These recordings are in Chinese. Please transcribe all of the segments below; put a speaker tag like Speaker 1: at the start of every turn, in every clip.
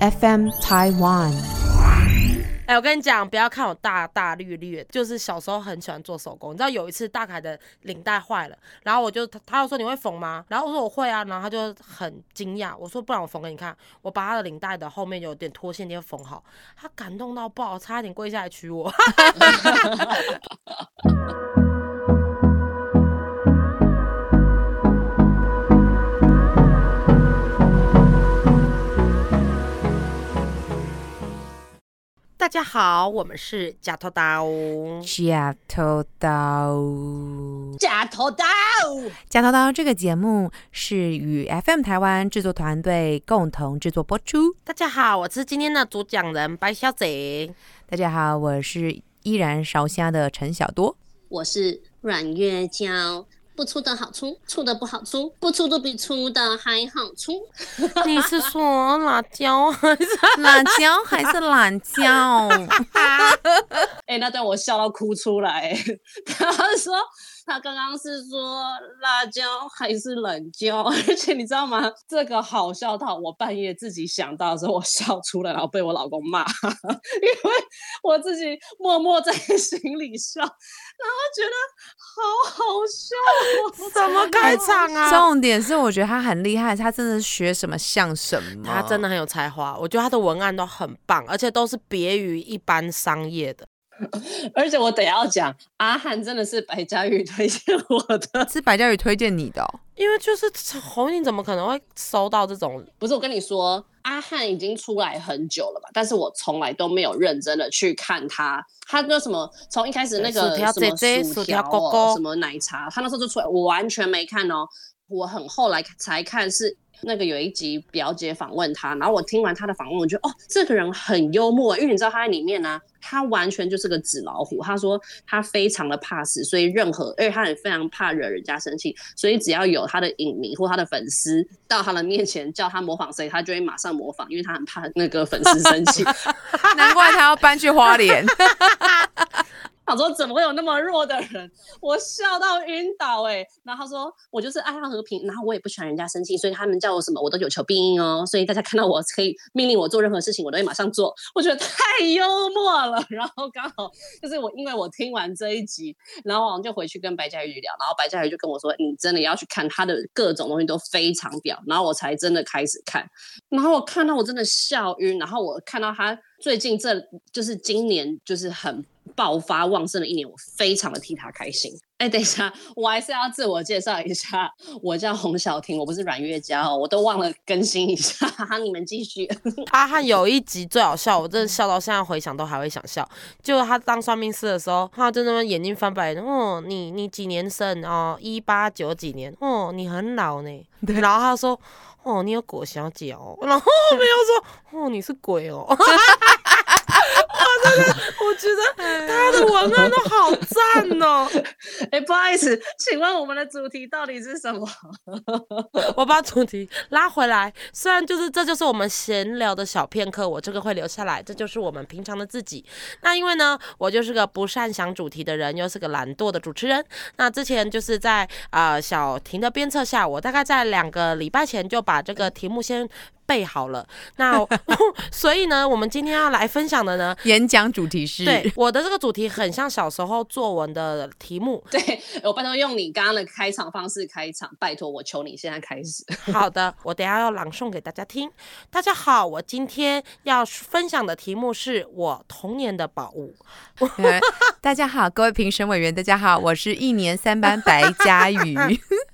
Speaker 1: FM Taiwan。
Speaker 2: 哎、我跟你讲，不要看我大大绿绿，就是小时候很喜欢做手工。你知道有一次大凯的领带坏了，然后我就他他就说你会缝吗？然后我说我会啊，然后他就很惊讶，我说不然我缝给你看。我把他的领带的后面有点脱线点缝好，他感动到爆，差一点跪下来娶我。 大家好，我们是假头刀。
Speaker 1: 假头刀，
Speaker 3: 假头刀，
Speaker 1: 假头刀这个节目是与 FM 台湾制作团队共同制作播出。
Speaker 2: 大家好，我是今天的主讲人白小姐。
Speaker 1: 大家好，我是依然烧虾的陈小多。
Speaker 3: 我是阮月娇。不出的好出，出的不好出，不出的比出的还好出。
Speaker 2: 你是说辣椒还是？
Speaker 1: 懒椒还是懒椒？
Speaker 3: 哎、那段我笑到哭出来。 他说他刚刚是说辣椒还是冷椒， 而且你知道吗？这个好笑到我半夜自己想到的时候，我笑出来，然后被我老公骂， 因为我自己默默在心里笑，然后觉得好好笑、哦。
Speaker 2: 什么开场 啊？
Speaker 1: 重点是我觉得他很厉害，他真的是学什么像什么。
Speaker 2: 他真的很有才华，我觉得他的文案都很棒，而且都是别于一般商业的。
Speaker 3: 而且我等一下要讲，阿汉真的是白嘉玉推荐我的。
Speaker 1: 是白嘉宇推荐你的哦、
Speaker 2: 因为就是红影怎么可能会收到这种？
Speaker 3: 不是我跟你说，阿汉已经出来很久了吧？但是我从来都没有认真的去看他。他那什么，从一开始那个
Speaker 2: 薯条
Speaker 3: 什么
Speaker 2: 姐姐薯
Speaker 3: 薯
Speaker 2: 条
Speaker 3: 条
Speaker 2: 哥
Speaker 3: 哦
Speaker 2: 哥
Speaker 3: 什么奶茶，他那时候就出来，我完全没看哦。我很后来才看是。那个有一集表姐访问他，然后我听完他的访问，我觉得哦，这个人很幽默，因为你知道他在里面呢、他完全就是个纸老虎。他说他非常的怕死，所以任何，而且他也非常怕惹人家生气，所以只要有他的影迷或他的粉丝到他的面前叫他模仿谁，他就会马上模仿，因为他很怕那个粉丝生气。
Speaker 1: 难怪他要搬去花莲。
Speaker 3: 想说怎么会有那么弱的人？我笑到晕倒哎、然后他说我就是爱好和平，然后我也不喜欢人家生气，所以他们叫我什么我都有求必应哦。所以大家看到我可以命令我做任何事情，我都会马上做。我觉得太幽默了。然后刚好就是我，因为我听完这一集，然后我就回去跟白嘉瑜聊，然后白嘉瑜就跟我说：“你真的要去看他的各种东西都非常屌。”然后我才真的开始看。然后我看到我真的笑晕，然后我看到他最近这就是今年就是很爆发旺盛的一年，我非常的替他开心。哎，等一下，我还是要自我介绍一下，我叫洪小婷，我不是阮月娇哦，我都忘了更新一下，哈哈，你们继续。
Speaker 2: 阿汉啊有一集最好笑，我真的笑到现在回想都还会想笑。就是他当算命师的时候，他就那边眼睛翻白眼，哦，你你几年生哦，一八九几年，哦，你很老呢。然后他说，哦，你有裹小姐哦。然后后面又说，哦，你是鬼哦。我真的，我觉得他的文案都好赞哦。
Speaker 3: 哎，不好意思，请问我们的主题到底是什么？
Speaker 2: 我把主题拉回来，虽然就是这就是我们闲聊的小片刻，我这个会留下来，这就是我们平常的自己。那因为呢，我就是个不擅想主题的人，又是个懒惰的主持人。那之前就是在呃小婷的鞭策下，我大概在两个礼拜前就把这个题目先。备好了，那所以呢，我们今天要来分享的呢，
Speaker 1: 演讲主题是
Speaker 2: 对我的这个主题很像小时候作文的题目，
Speaker 3: 对哎我拜托用你刚刚的开场方式开场，拜托我求你现在开始。
Speaker 2: 好的，我等一下要朗诵给大家听。大家好，我今天要分享的题目是我童年的宝物。
Speaker 1: 呃大家好，各位评审委员，大家好，我是一年三班白佳宇。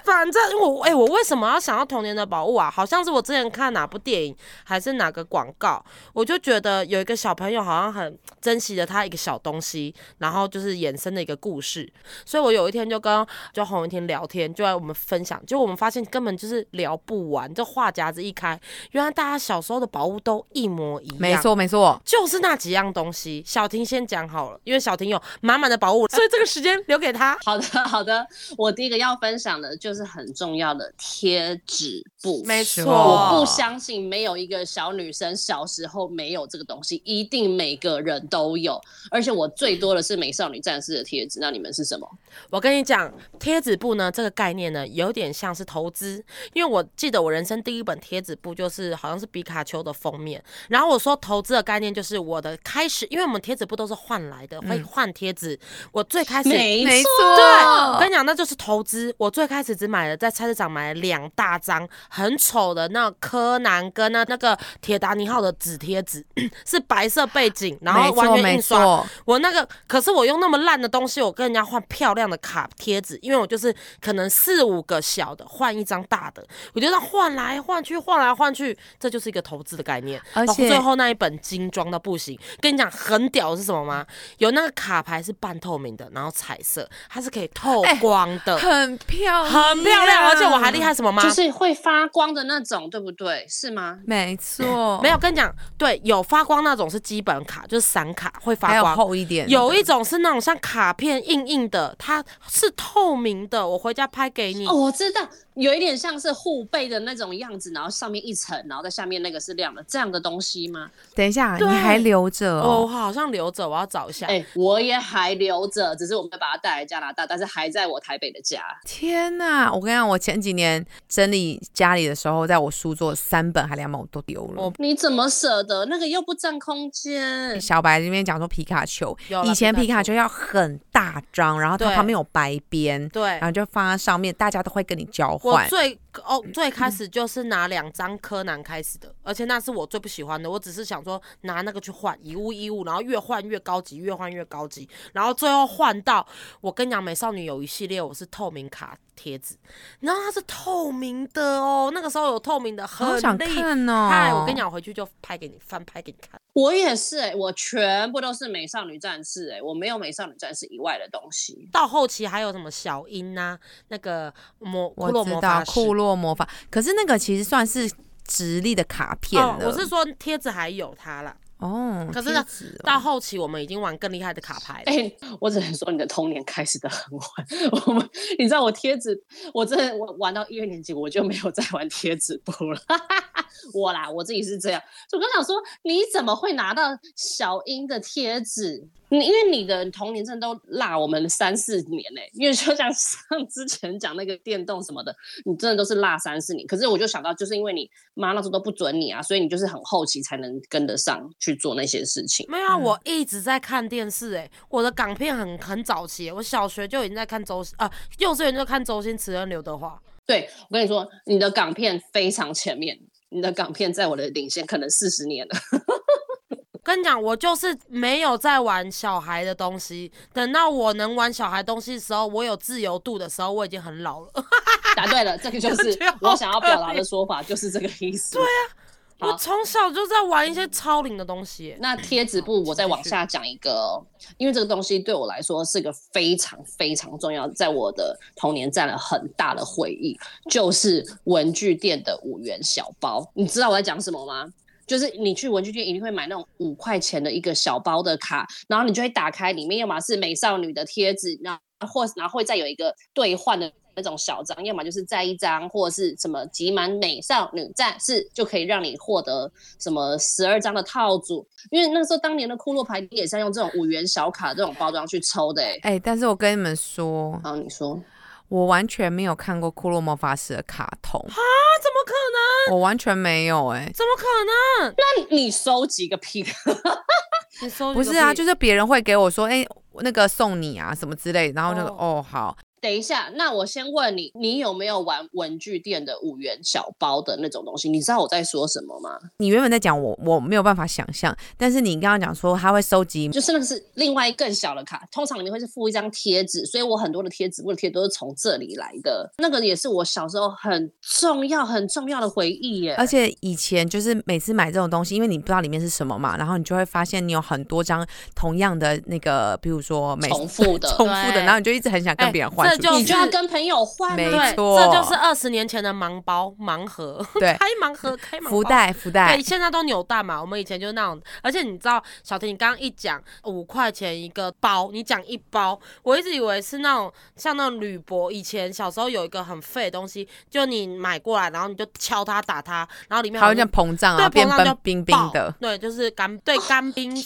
Speaker 2: 反正我哎、我为什么要想要童年的宝物啊？好像是我之前看哪部电影还是哪个广告，我就觉得有一个小朋友好像很珍惜了他一个小东西，然后就是衍生的一个故事。所以我有一天就跟就洪一天聊天，就在我们分享，就我们发现根本就是聊不完，这话匣子一开，原来大家小时候的宝物都一模一样。
Speaker 1: 没错，没错，
Speaker 2: 就是那几样东西。小婷先讲好了，因为小婷有满满的宝物，所以这个时间留给她。
Speaker 3: 好的，好的。我第一个要分享的就就是很重要的贴纸布。
Speaker 2: 没
Speaker 1: 是
Speaker 2: 错，
Speaker 1: 哦
Speaker 3: 我不相信没有一个小女生小时候没有这个东西，一定每个人都有。而且我最多的是美少女战士的贴纸，那你们是什么？
Speaker 2: 我跟你讲，贴纸布呢这个概念呢，有点像是投资，因为我记得我人生第一本贴纸布就是好像是皮卡丘的封面。然后我说投资的概念就是我的开始，因为我们贴纸布都是换来的，会换贴纸。我最开始
Speaker 1: 没错，
Speaker 2: 对，我跟你讲，那就是投资。我最开始只买了在菜市场买了两大张很丑的那柯南跟那那个铁达尼号的纸贴纸， 是白色背景，然后
Speaker 1: 没
Speaker 2: 完
Speaker 1: 错
Speaker 2: 全
Speaker 1: 没
Speaker 2: 印刷。
Speaker 1: 错，
Speaker 2: 我那个可是我用那么烂的东西，我跟人家换漂亮的卡贴纸，因为我就是可能四五个小的换一张大的，我觉得换来换去，换来换去，这就是一个投资的概念。
Speaker 1: 而且
Speaker 2: 哦最后那一本精装到不行，跟你讲很屌的是什么吗？有那个卡牌是半透明的，然后彩色，它是可以透
Speaker 1: 哎
Speaker 2: 光的，
Speaker 1: 很漂亮，
Speaker 2: 很漂亮，而且我还厉，害什么
Speaker 1: 啊
Speaker 2: 吗？
Speaker 3: 就是会发光的那种，对不对？是吗？
Speaker 1: 没错，
Speaker 2: 没有跟你讲，对，有发光那种是基本卡，就是闪卡会
Speaker 1: 还
Speaker 2: 发
Speaker 1: 有
Speaker 2: 光，
Speaker 1: 厚一点，
Speaker 2: 有一种是那种像卡片硬硬的，它是透明的，我回家拍给你。
Speaker 3: 哦，我知道，有一点像是护背的那种样子，然后上面一层，然后在下面那个是亮的，这样的东西吗？
Speaker 1: 等一下，你
Speaker 2: 对
Speaker 1: 还留着
Speaker 2: 哦，我
Speaker 1: 哦。
Speaker 2: 好像留着，我要找一
Speaker 1: 啊
Speaker 2: 下。
Speaker 3: 哎、我也还留着，只是我没有把它带来加拿大，但是还在我台北的家。
Speaker 1: 天呐，我跟你讲，我前几年整理家里的时候，在我书桌三本还两本我都丢了。
Speaker 2: 我
Speaker 3: 你怎么舍得？那个又不占空间。
Speaker 1: 小白这边讲说皮卡丘
Speaker 2: 有，啦
Speaker 1: 以前
Speaker 2: 皮
Speaker 1: 皮
Speaker 2: 卡
Speaker 1: 卡丘要很大张，然后它
Speaker 2: 对
Speaker 1: 旁边有白边，
Speaker 2: 对
Speaker 1: 然，后就放在上面，大家都会跟你交
Speaker 2: 我
Speaker 1: 哎换。
Speaker 2: 最哦最开始就是拿两张柯南开始的，而且那是我最不喜欢的。我只是想说拿那个去换一物一物，然后越换越高级，越换越高级，然后最后换到我跟你讲，美少女有一系列我是透明卡贴纸，然后它是透明的哦，那个时候有透明的，
Speaker 1: 好
Speaker 2: 很
Speaker 1: 想
Speaker 2: 厉
Speaker 1: 看哦！
Speaker 2: 害。我跟你，讲，我回去就拍给你翻拍给你看。
Speaker 3: 我也是、哎，我全部都是美少女战士、哎，我没有美少女战士以外的东西。
Speaker 2: 到后期还有什么小樱呐、那个魔骷髅
Speaker 1: 我知
Speaker 2: 魔
Speaker 1: 道
Speaker 2: 法师
Speaker 1: 库洛魔法，可是那个其实算是直立的卡片
Speaker 2: 哦
Speaker 1: 了。，
Speaker 2: 我是说贴纸还有它啦。
Speaker 1: 哦，
Speaker 2: 可是
Speaker 1: 贴
Speaker 2: 呢
Speaker 1: 纸哦
Speaker 2: 到后期我们已经玩更厉害的卡牌了
Speaker 3: 哎、。我只能说你的童年开始的很晚。 我们，你知道我贴纸，我真的我玩到一二年级我就没有再玩贴纸布了。 我啦，我自己是这样。就我刚想说，你怎么会拿到小樱的贴纸？你因为你的童年真的都落我们三四年呢、因为就像像之前讲那个电动什么的，你真的都是落三四年。可是我就想到，就是因为你妈那时候都不准你啊，所以你就是很后期才能跟得上去做那些事情。
Speaker 2: 没
Speaker 1: 嗯
Speaker 2: 有啊，我一直在看电视哎、我的港片很很早期、我小学就已经在看周啊、幼稚园就看周星驰跟刘德华。
Speaker 3: 对，我跟你说，你的港片非常前面，你的港片在我的领先可能四十年了。
Speaker 2: 跟你讲，我就是没有在玩小孩的东西。等到我能玩小孩东西的时候，我有自由度的时候，我已经很老了。
Speaker 3: 答对了，这个就
Speaker 2: 我
Speaker 3: 是
Speaker 2: 觉得好
Speaker 3: 我想要表达
Speaker 2: 可
Speaker 3: 的说法，就是这个意思。对啊，
Speaker 2: 我从小就在玩一些超龄的东西欸、
Speaker 3: 那贴纸布我再往下讲一个哦，因为这个东西对我来说是个非常非常重要，在我的童年占了很大的回忆，就是文具店的五元小包。你知道我在讲什么吗？就是你去文具店一定会买那种五块钱的一个小包的卡，然后你就会打开，里面要么是美少女的贴纸，然后或然后会再有一个兑换的那种小张，要么就是再一张，或者是什么集满美少女战士，就可以让你获得什么十二张的套组。因为那时候当年的库洛牌也是要用这种五元小卡这种包装去抽的、欸。
Speaker 1: 哎、但是我跟你们说，
Speaker 3: 然后你说，
Speaker 1: 我完全没有看过库洛魔法使的卡通，
Speaker 2: 那怎么可能？
Speaker 1: 我完全没有哎、
Speaker 2: 怎么可能？
Speaker 3: 那你收集个屁！
Speaker 2: 哦你收集
Speaker 1: 不
Speaker 2: 个
Speaker 1: 是啊，
Speaker 2: 屁
Speaker 1: 就是别人会给我说，哎、那个送你啊什么之类的，然后我就说哦好，
Speaker 3: 等一下，那我先问你，你有没有玩文具店的五元小包的那种东西？你知道我在说什么吗？
Speaker 1: 你原本在讲我，我没有办法想象，但是你刚刚讲说他会收集，
Speaker 3: 就是那个是另外更小的卡，通常你会是附一张贴纸，所以我很多的贴纸、我的贴都是从这里来的。那个也是我小时候很重要、很重要的回忆耶。
Speaker 1: 而且以前就是每次买这种东西，因为你不知道里面是什么嘛，然后你就会发现你有很多张同样的那个，比如说美
Speaker 3: 重复的
Speaker 1: 重复的，
Speaker 2: 对哎
Speaker 1: 然后你就一直很想跟别人换主
Speaker 2: 这
Speaker 1: 题
Speaker 2: 就
Speaker 3: 你就要
Speaker 2: 是
Speaker 3: 跟朋友换
Speaker 1: 没
Speaker 3: 啊。
Speaker 2: 对，
Speaker 1: 错
Speaker 2: 这就是二十年前的盲包盲盒，
Speaker 1: 对
Speaker 2: 开盲盒开盲包
Speaker 1: 福。袋福袋
Speaker 2: 对，，现在都扭蛋嘛，我们以前就是那种，而且你知道，小婷，你刚刚一讲五块钱一个包，你讲一包，我一直以为是那种像那种铝箔，以前小时候有一个很废的东西，就你买过来，然后你就敲它打它，然后里面
Speaker 1: 它
Speaker 2: 好
Speaker 1: 会
Speaker 2: 像
Speaker 1: 这样膨胀
Speaker 2: 对
Speaker 1: 啊，变
Speaker 2: 膨胀就
Speaker 1: 冰冰冰
Speaker 2: 爆
Speaker 1: 的，
Speaker 2: 对，就是干对干冰粉，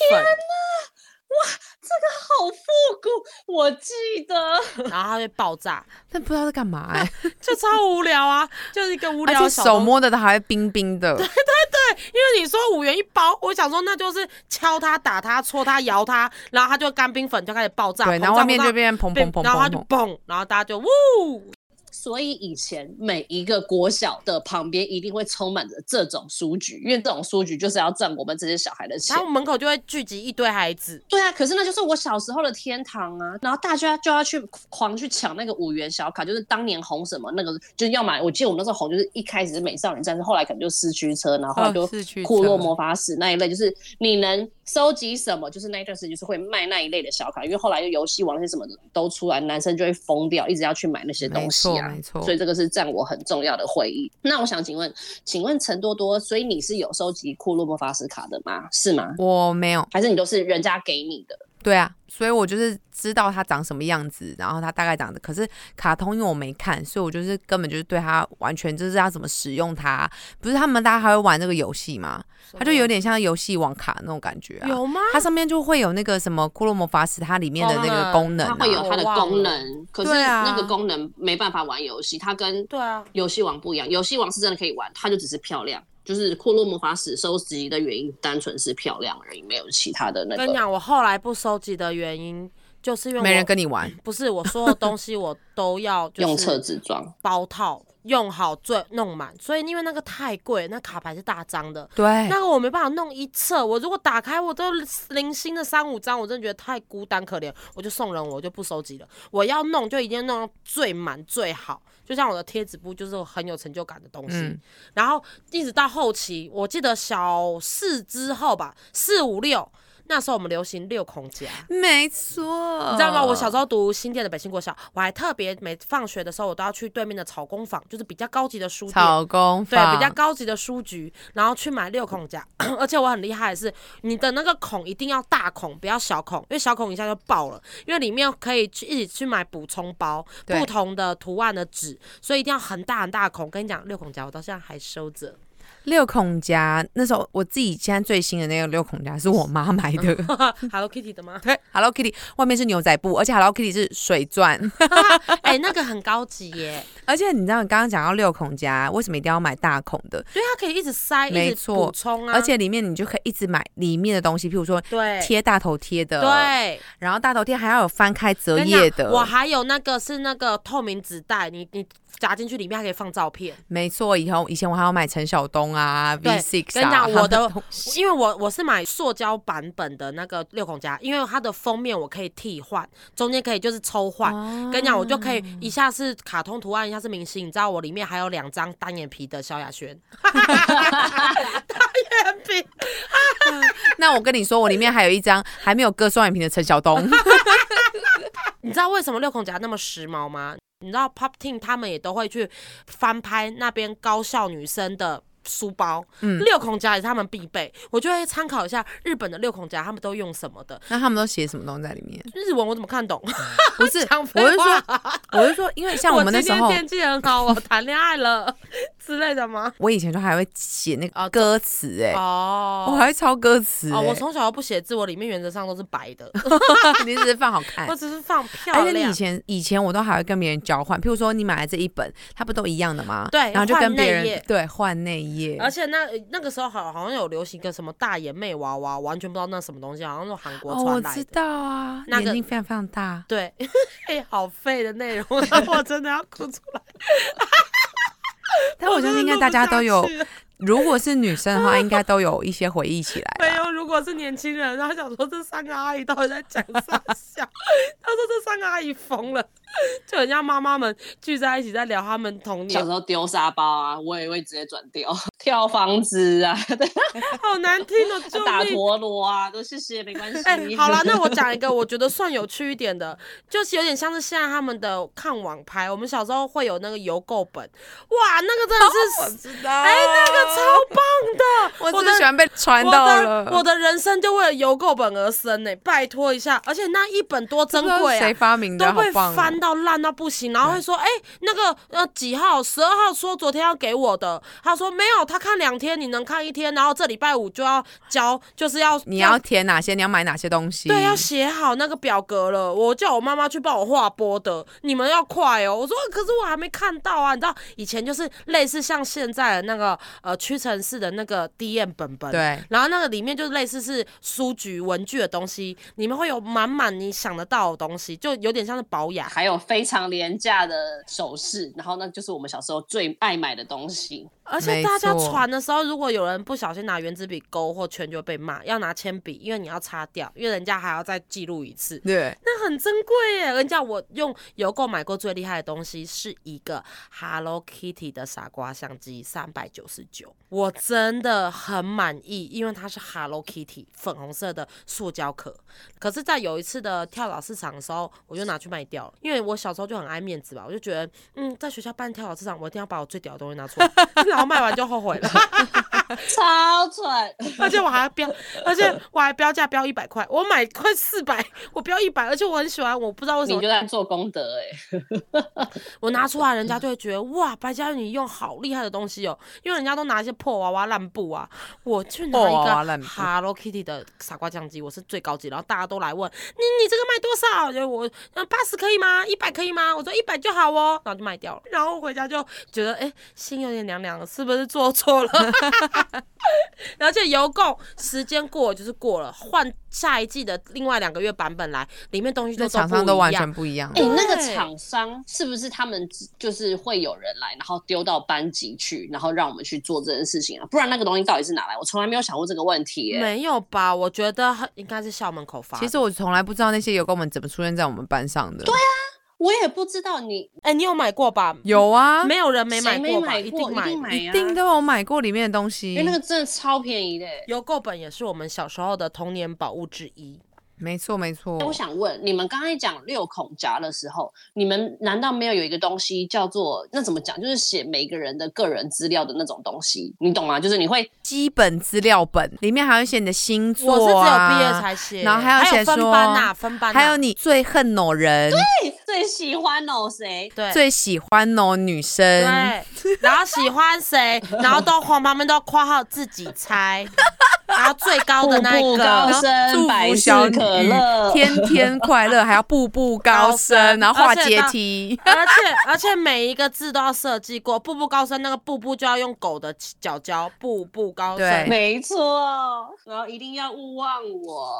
Speaker 3: 好复古，我记得。
Speaker 2: 然后它会爆炸，
Speaker 1: 但不知道在干嘛哎，
Speaker 2: 就超无聊啊，就是一个无
Speaker 1: 而
Speaker 2: 聊
Speaker 1: 且
Speaker 2: 的小
Speaker 1: 手
Speaker 2: 东西。
Speaker 1: 摸的它还会冰冰的，
Speaker 2: 因为你说五元一包，我想说那就是敲它、打它、搓它、摇它，然后它就干冰粉就开始爆炸，
Speaker 1: 对，
Speaker 2: 膨
Speaker 1: 然后外
Speaker 2: 胀
Speaker 1: 面
Speaker 2: 膨
Speaker 1: 就
Speaker 2: 胀
Speaker 1: 变砰
Speaker 2: 变
Speaker 1: 砰砰
Speaker 2: 然后它
Speaker 1: 砰
Speaker 2: 就
Speaker 1: 砰，
Speaker 2: 嘣，然后大家就呜，
Speaker 3: 所以以前每一个国小的旁边一定会充满着这种书局，因为这种书局就是要挣我们这些小孩的钱
Speaker 2: 然后。门口就会聚集一堆孩子，
Speaker 3: 对啊，可是那就是我小时候的天堂啊！然后大家就要去狂去抢那个五元小卡，就是当年红什么那个，就是要买。我记得我们那时候红就是一开始是美少女战士，后来可能就四驱车，然后后来
Speaker 1: 哦
Speaker 3: 就
Speaker 1: 四驱
Speaker 3: 库洛
Speaker 1: 车
Speaker 3: 魔法使那一类，就是你能收集什么，就是那一段时间就是会卖那一类的小卡，因为后来就游戏王那些什么的都出来，男生就会疯掉，一直要去买那些
Speaker 1: 没
Speaker 3: 东西
Speaker 1: 错
Speaker 3: 啊。
Speaker 1: 没错
Speaker 3: 所，以这个是占我很重要的回忆。那我想请问，请问陈多多，所以你是有收集库洛魔法使卡的吗？是吗？
Speaker 1: 我没有，
Speaker 3: 还是你都是人家给你的？
Speaker 1: 对啊，所以我就是知道它长什么样子，然后它大概长的。可是卡通因为我没看，所以我就是根本就是对它完全就是要怎么使用它。不是他们大家还会玩这个游戏吗？它就有点像游戏网卡那种感觉啊。
Speaker 2: 有吗？
Speaker 1: 它上面就会有那个什么《骷髅魔法使》它里面的那个功能、
Speaker 3: 它
Speaker 1: 啊，
Speaker 3: 会有它的功
Speaker 2: 我
Speaker 3: 能，可是
Speaker 1: 对啊
Speaker 3: 那个功能没办法玩游戏，它跟
Speaker 2: 对啊，
Speaker 3: 游戏王不一样。游戏王是真的可以玩，它就只是漂亮。就是库洛魔法使收集的原因，单纯是漂亮而已，没有其他的那
Speaker 2: 跟你
Speaker 3: 个。
Speaker 2: 讲，我后来不收集的原因就是因为
Speaker 1: 没人
Speaker 2: 我
Speaker 1: 跟你 玩。
Speaker 2: 不是我所有东西我都要就是
Speaker 3: 用册子装，
Speaker 2: 包套用好最弄满，所以因为那个太贵，那卡牌是大张的，
Speaker 1: 对，
Speaker 2: 那个我没办法弄一册。我如果打开我都零星的三五张，我真的觉得太孤单可怜，我就送人，我就不收集了。我要弄就一定要弄到最满最好，就像我的贴纸布就是很有成就感的东西。
Speaker 1: 嗯
Speaker 2: 然后一直到后期，我记得小四之后吧，四五六那时候我们流行六孔夹。
Speaker 1: 没错，
Speaker 2: 你知道吗？我小时候读新店的北新国小，我还特别每放学的时候，我都要去对面的草工坊，就是比较高级的书店。
Speaker 1: 草工
Speaker 2: 对，
Speaker 1: 坊
Speaker 2: 比较高级的书局，然后去买六孔夹， 而且我很厉害的是，你的那个孔一定要大孔，不要小孔，因为小孔一下就爆了。因为里面可以去一起去买补充包，
Speaker 1: 对
Speaker 2: 不同的图案的纸，所以一定要很大很大的孔。跟你讲，六孔夹我到现在还收着，
Speaker 1: 六孔夹，那时候我自己现在最新的那个六孔夹是我妈买的。
Speaker 2: Hello Kitty 的吗？
Speaker 1: 对，Hello Kitty 外面是牛仔布，而且 Hello Kitty 是水钻。
Speaker 2: 哎、那个很高级耶，
Speaker 1: 而且你知道，你刚刚讲到六孔夹，为什么一定要买大孔的？
Speaker 2: 对，它可以一直塞，
Speaker 1: 没
Speaker 2: 一直
Speaker 1: 错
Speaker 2: 补充啊，
Speaker 1: 而且里面你就可以一直买里面的东西，譬如说
Speaker 2: 对
Speaker 1: 贴大头贴的，，
Speaker 2: 对。
Speaker 1: 然后大头贴还要有翻开折
Speaker 2: 跟你
Speaker 1: 页
Speaker 2: 讲
Speaker 1: 的，
Speaker 2: 我还有那个是那个透明纸袋，你你夹进去里面还可以放照片。
Speaker 1: 没错。以后以前我还要买陈晓东啊
Speaker 2: 对
Speaker 1: ，V Six
Speaker 2: 跟你
Speaker 1: 啊，
Speaker 2: 讲我的
Speaker 1: 他们
Speaker 2: 因为我我是买塑胶版本的那个六孔夹，因为它的封面我可以替换，中间可以就是抽换。
Speaker 1: 哦
Speaker 2: 跟你讲，我就可以一下是卡通图案，一下是明星。你知道我里面还有两张单眼皮的萧亚轩， 单眼皮，
Speaker 1: 那我跟你说，我里面还有一张还没有割双眼皮的陈晓 东，
Speaker 2: 你知道为什么六孔夹那么时髦吗？你知道 Pop Team 他们也都会去翻拍那边高校女生的书包，
Speaker 1: 嗯
Speaker 2: 六孔夹也是他们必备。我就会参考一下日本的六孔夹，他们都用什么的。
Speaker 1: 那他们都写什么东西在里 面？
Speaker 2: 日文我怎么看懂？
Speaker 1: 不是，
Speaker 2: 讲
Speaker 1: 我
Speaker 2: 废
Speaker 1: 是说
Speaker 2: 话，
Speaker 1: 我是说，因为像我们那时候
Speaker 2: 今。天天气很好，我谈恋爱了之类的吗？
Speaker 1: 我以前就还会写那个歌词、哎、
Speaker 2: 哦
Speaker 1: 我还会抄歌词、欸
Speaker 2: 哦，我
Speaker 1: 哎
Speaker 2: 从小不写字，我里面原则上都是白的，
Speaker 1: 你只是放好看
Speaker 2: 我。只是放漂
Speaker 1: 而且哎你
Speaker 2: 亮
Speaker 1: 以。前以前我都还会跟别人交换，譬如说你买了这一本，它不都一样的吗？
Speaker 2: 对
Speaker 1: 然后就
Speaker 2: 换
Speaker 1: 跟别
Speaker 2: 内
Speaker 1: 人
Speaker 2: 页
Speaker 1: 对换内页，
Speaker 2: 而且那那个时候好好像有流行一个什么大眼妹娃娃，完全不知道那什么东西，好像是韩国
Speaker 1: 哦，
Speaker 2: 传
Speaker 1: 我
Speaker 2: 来
Speaker 1: 知
Speaker 2: 的。
Speaker 1: 道啊，
Speaker 2: 那个
Speaker 1: 眼睛非常非常大。
Speaker 2: 对，哎，好废的内容， 我真的要哭出 来。
Speaker 1: 但我
Speaker 2: 真
Speaker 1: 相
Speaker 2: 的
Speaker 1: 信应该
Speaker 2: 录
Speaker 1: 大
Speaker 2: 不
Speaker 1: 家
Speaker 2: 下
Speaker 1: 都有
Speaker 2: 去，了
Speaker 1: 如果是女生的话，应该都有一些回忆起来
Speaker 2: 没
Speaker 1: 啦。
Speaker 2: 有如果是年轻人，他想说这三个阿姨到底在讲啥笑？他说这三个阿姨疯了， 就很像妈妈们聚在一起在聊他们童
Speaker 3: 小
Speaker 2: 年
Speaker 3: 时，候丢沙包啊，我也会直接转掉， 跳房子啊，
Speaker 2: 好难听 哦，救
Speaker 3: 打
Speaker 2: 命！
Speaker 3: 陀螺啊，都谢谢，没关系。
Speaker 2: 哎、好 啦，那我讲一个我觉得算有趣一点的，就是有点像是现在他们的看网拍，我们小时候会有那个邮购本，哇，那个真 的是。
Speaker 1: 知道。
Speaker 2: 哎、那个超棒的！
Speaker 1: 我
Speaker 2: 我
Speaker 1: 真
Speaker 2: 的
Speaker 1: 的喜欢被传
Speaker 2: 我
Speaker 1: 到
Speaker 2: 的
Speaker 1: 了。
Speaker 2: 我的人生就为了邮购本而生呢、拜托一下！而且那一本多珍
Speaker 1: 不知道
Speaker 2: 贵
Speaker 1: 谁
Speaker 2: 啊，
Speaker 1: 发明的？
Speaker 2: 都
Speaker 1: 好
Speaker 2: 被
Speaker 1: 棒哦！
Speaker 2: 翻到烂到不行，然后会说：“哎、那个呃几号？十二号说昨天要给我的，他说没有，他看两天，你能看一天，然后这礼拜五就要交，就是要
Speaker 1: 你要填哪些？你要买哪些东西？
Speaker 2: 对，要写好那个表格了。我叫我妈妈去帮我画波的，你们要快哦。我说，可是我还没看到啊。你知道以前就是类似像现在的那个呃屈臣氏的那个 DM 本本，。
Speaker 1: 对，
Speaker 2: 然后那个里面就是类似是书局文具的东西，里面会有满满你想得到的东西，就有点像是保养。
Speaker 3: 还有非常廉价的首饰，然后那就是我们小时候最爱买的东西。
Speaker 2: 而且
Speaker 1: 没
Speaker 2: 大家
Speaker 1: 错
Speaker 2: 传的时候，如果有人不小心拿圆珠笔勾或圈，就会被骂；要拿铅笔，因为你要擦掉，因为人家还要再记录一次。
Speaker 1: 对，
Speaker 2: 那很珍贵耶！人家我用邮购买过最厉害的东西是一个 Hello Kitty 的傻瓜相机，三百九十九，我真的很满意，因为它是 Hello Kitty 粉红色的塑胶壳。可是，在有一次的跳蚤市场的时候，我就拿去卖掉了，因为我小时候就很爱面子吧，我就觉得，嗯，在学校办跳蚤市场，我一定要把我最屌的东西拿 出来，然后卖完就后悔了。
Speaker 3: 超蠢！
Speaker 2: 而且我还标，而且我还标价标一百块，我买快四百，我标一百，而且我很喜欢，我不知道为什
Speaker 3: 你
Speaker 2: 么
Speaker 3: 就在做功德哎、
Speaker 2: 我拿出来，人家就会觉得哇，白嘉宇你用好厉害的东西哦，因为人家都拿一些破娃娃烂布啊，我去拿
Speaker 1: 破娃娃
Speaker 2: 一
Speaker 1: 烂
Speaker 2: 个
Speaker 1: 布
Speaker 2: Hello Kitty 的傻瓜相机，我是最高级，然后大家都来问你你这个卖多少？就我嗯八十可以吗？一百可以吗？我说一百就好哦，然后就卖掉了，然后回家就觉得哎、诶心有点凉凉了，是不是做错了？ 而且邮购时间过了就是过了，换下一季的另外两个月版本来，里面东西
Speaker 1: 那
Speaker 2: 都
Speaker 1: 厂
Speaker 2: 不
Speaker 1: 商都完
Speaker 2: 一样
Speaker 1: 全不一样
Speaker 3: 哎、。那个
Speaker 2: 对
Speaker 3: 厂商是不是他们只就是会有人来，然后丢到班级去，然后让我们去做这件事情啊？不然那个东西到底是哪来？我从来没有想过这个问题欸耶、
Speaker 2: 没有吧？我觉得很应该是校门口发的。
Speaker 1: 哎其实我从来不知道那些油工们怎么出现在我们班上的。对啊，
Speaker 3: 我也不知道你
Speaker 2: 哎、你有买过吧？
Speaker 1: 有啊，
Speaker 2: 没有人没
Speaker 3: 谁
Speaker 2: 买
Speaker 3: 没
Speaker 2: 过吧？
Speaker 3: 买
Speaker 2: 一
Speaker 3: 过，
Speaker 2: 定
Speaker 3: 一
Speaker 2: 买
Speaker 3: 定。买
Speaker 1: 一
Speaker 3: 呀、
Speaker 1: 定都有买过里面的东西
Speaker 3: 因为。那个真的超便宜的、欸。
Speaker 2: 邮购本也是我们小时候的童年宝物之一。
Speaker 1: 没错，没错
Speaker 3: 哎。我想问，你们刚才讲六孔夹的时候，你们难道没有有一个东西叫做那怎么讲？就是写每个人的个人资料的那种东西，你懂吗？就是你会
Speaker 1: 基本资料本里面还有写你的星座、啊，
Speaker 2: 我是只有毕业才写，
Speaker 1: 然后还有
Speaker 2: 还
Speaker 1: 写
Speaker 2: 有分
Speaker 1: 说
Speaker 2: 班呐、分班、呐啊
Speaker 1: 还有你最恨某人，
Speaker 3: 最最喜欢哦谁？
Speaker 2: 对
Speaker 1: 最喜欢某女生，
Speaker 2: 对，然后喜欢 谁，然后都黄旁边都括号自己猜，然后最高的
Speaker 3: 步
Speaker 2: 那一
Speaker 3: 步
Speaker 2: 个，
Speaker 3: 高升，
Speaker 1: 祝
Speaker 3: 百
Speaker 1: 福
Speaker 3: 事
Speaker 1: 小女
Speaker 3: 可乐，
Speaker 1: 天天快乐，还要步步
Speaker 2: 高
Speaker 1: 高
Speaker 2: 升
Speaker 1: 升，然后
Speaker 2: 而
Speaker 1: 画
Speaker 2: 且
Speaker 1: 阶
Speaker 2: 到
Speaker 1: 梯。
Speaker 2: 而且而且每一个字都要设计过，步步高升那个步步就要用狗的脚脚，步步高升。
Speaker 1: 对
Speaker 3: 没错，然后一定要勿忘我。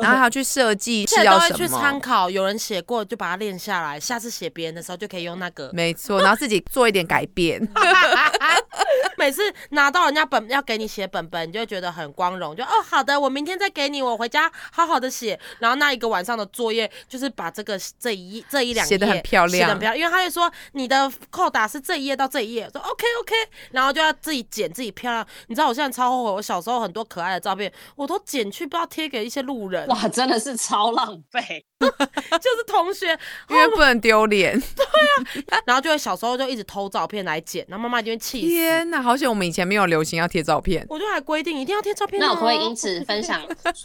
Speaker 1: 然后还要去设计
Speaker 2: 现
Speaker 1: 是
Speaker 2: 在
Speaker 1: 要
Speaker 2: 都会
Speaker 1: 什
Speaker 2: 去参
Speaker 1: 么。
Speaker 2: 考，有人写过就把它练下来，下次写别人的时候就可以用那个。
Speaker 1: 没错，然后自己做一点改 变，
Speaker 2: 每次拿到人家本要给你写本本，你就会觉得很光荣，就哦好的，我明天再给你，我回家好好的写。然后那一个晚上的作业就是把这个这一这一两页
Speaker 1: 写得很漂亮
Speaker 2: 写得很漂亮，因为他就说你的扣打是这一页到这一页，我说 OK OK，然后就要自己剪自己漂亮。你知道我现在超后悔，我小时候很多可爱的照片我都剪去，不知道贴给一些路人，
Speaker 3: 哇，真的是超浪费。
Speaker 2: 就是同学，
Speaker 1: 因为不能丢脸。
Speaker 2: 然后就会小时候就一直偷照片来剪，然后妈妈就会气死。
Speaker 1: 天 哪，好险我们以前没有流行要贴照片。
Speaker 2: 我就还规定一定要贴照片、哦。
Speaker 3: 那我可不可以 因此分享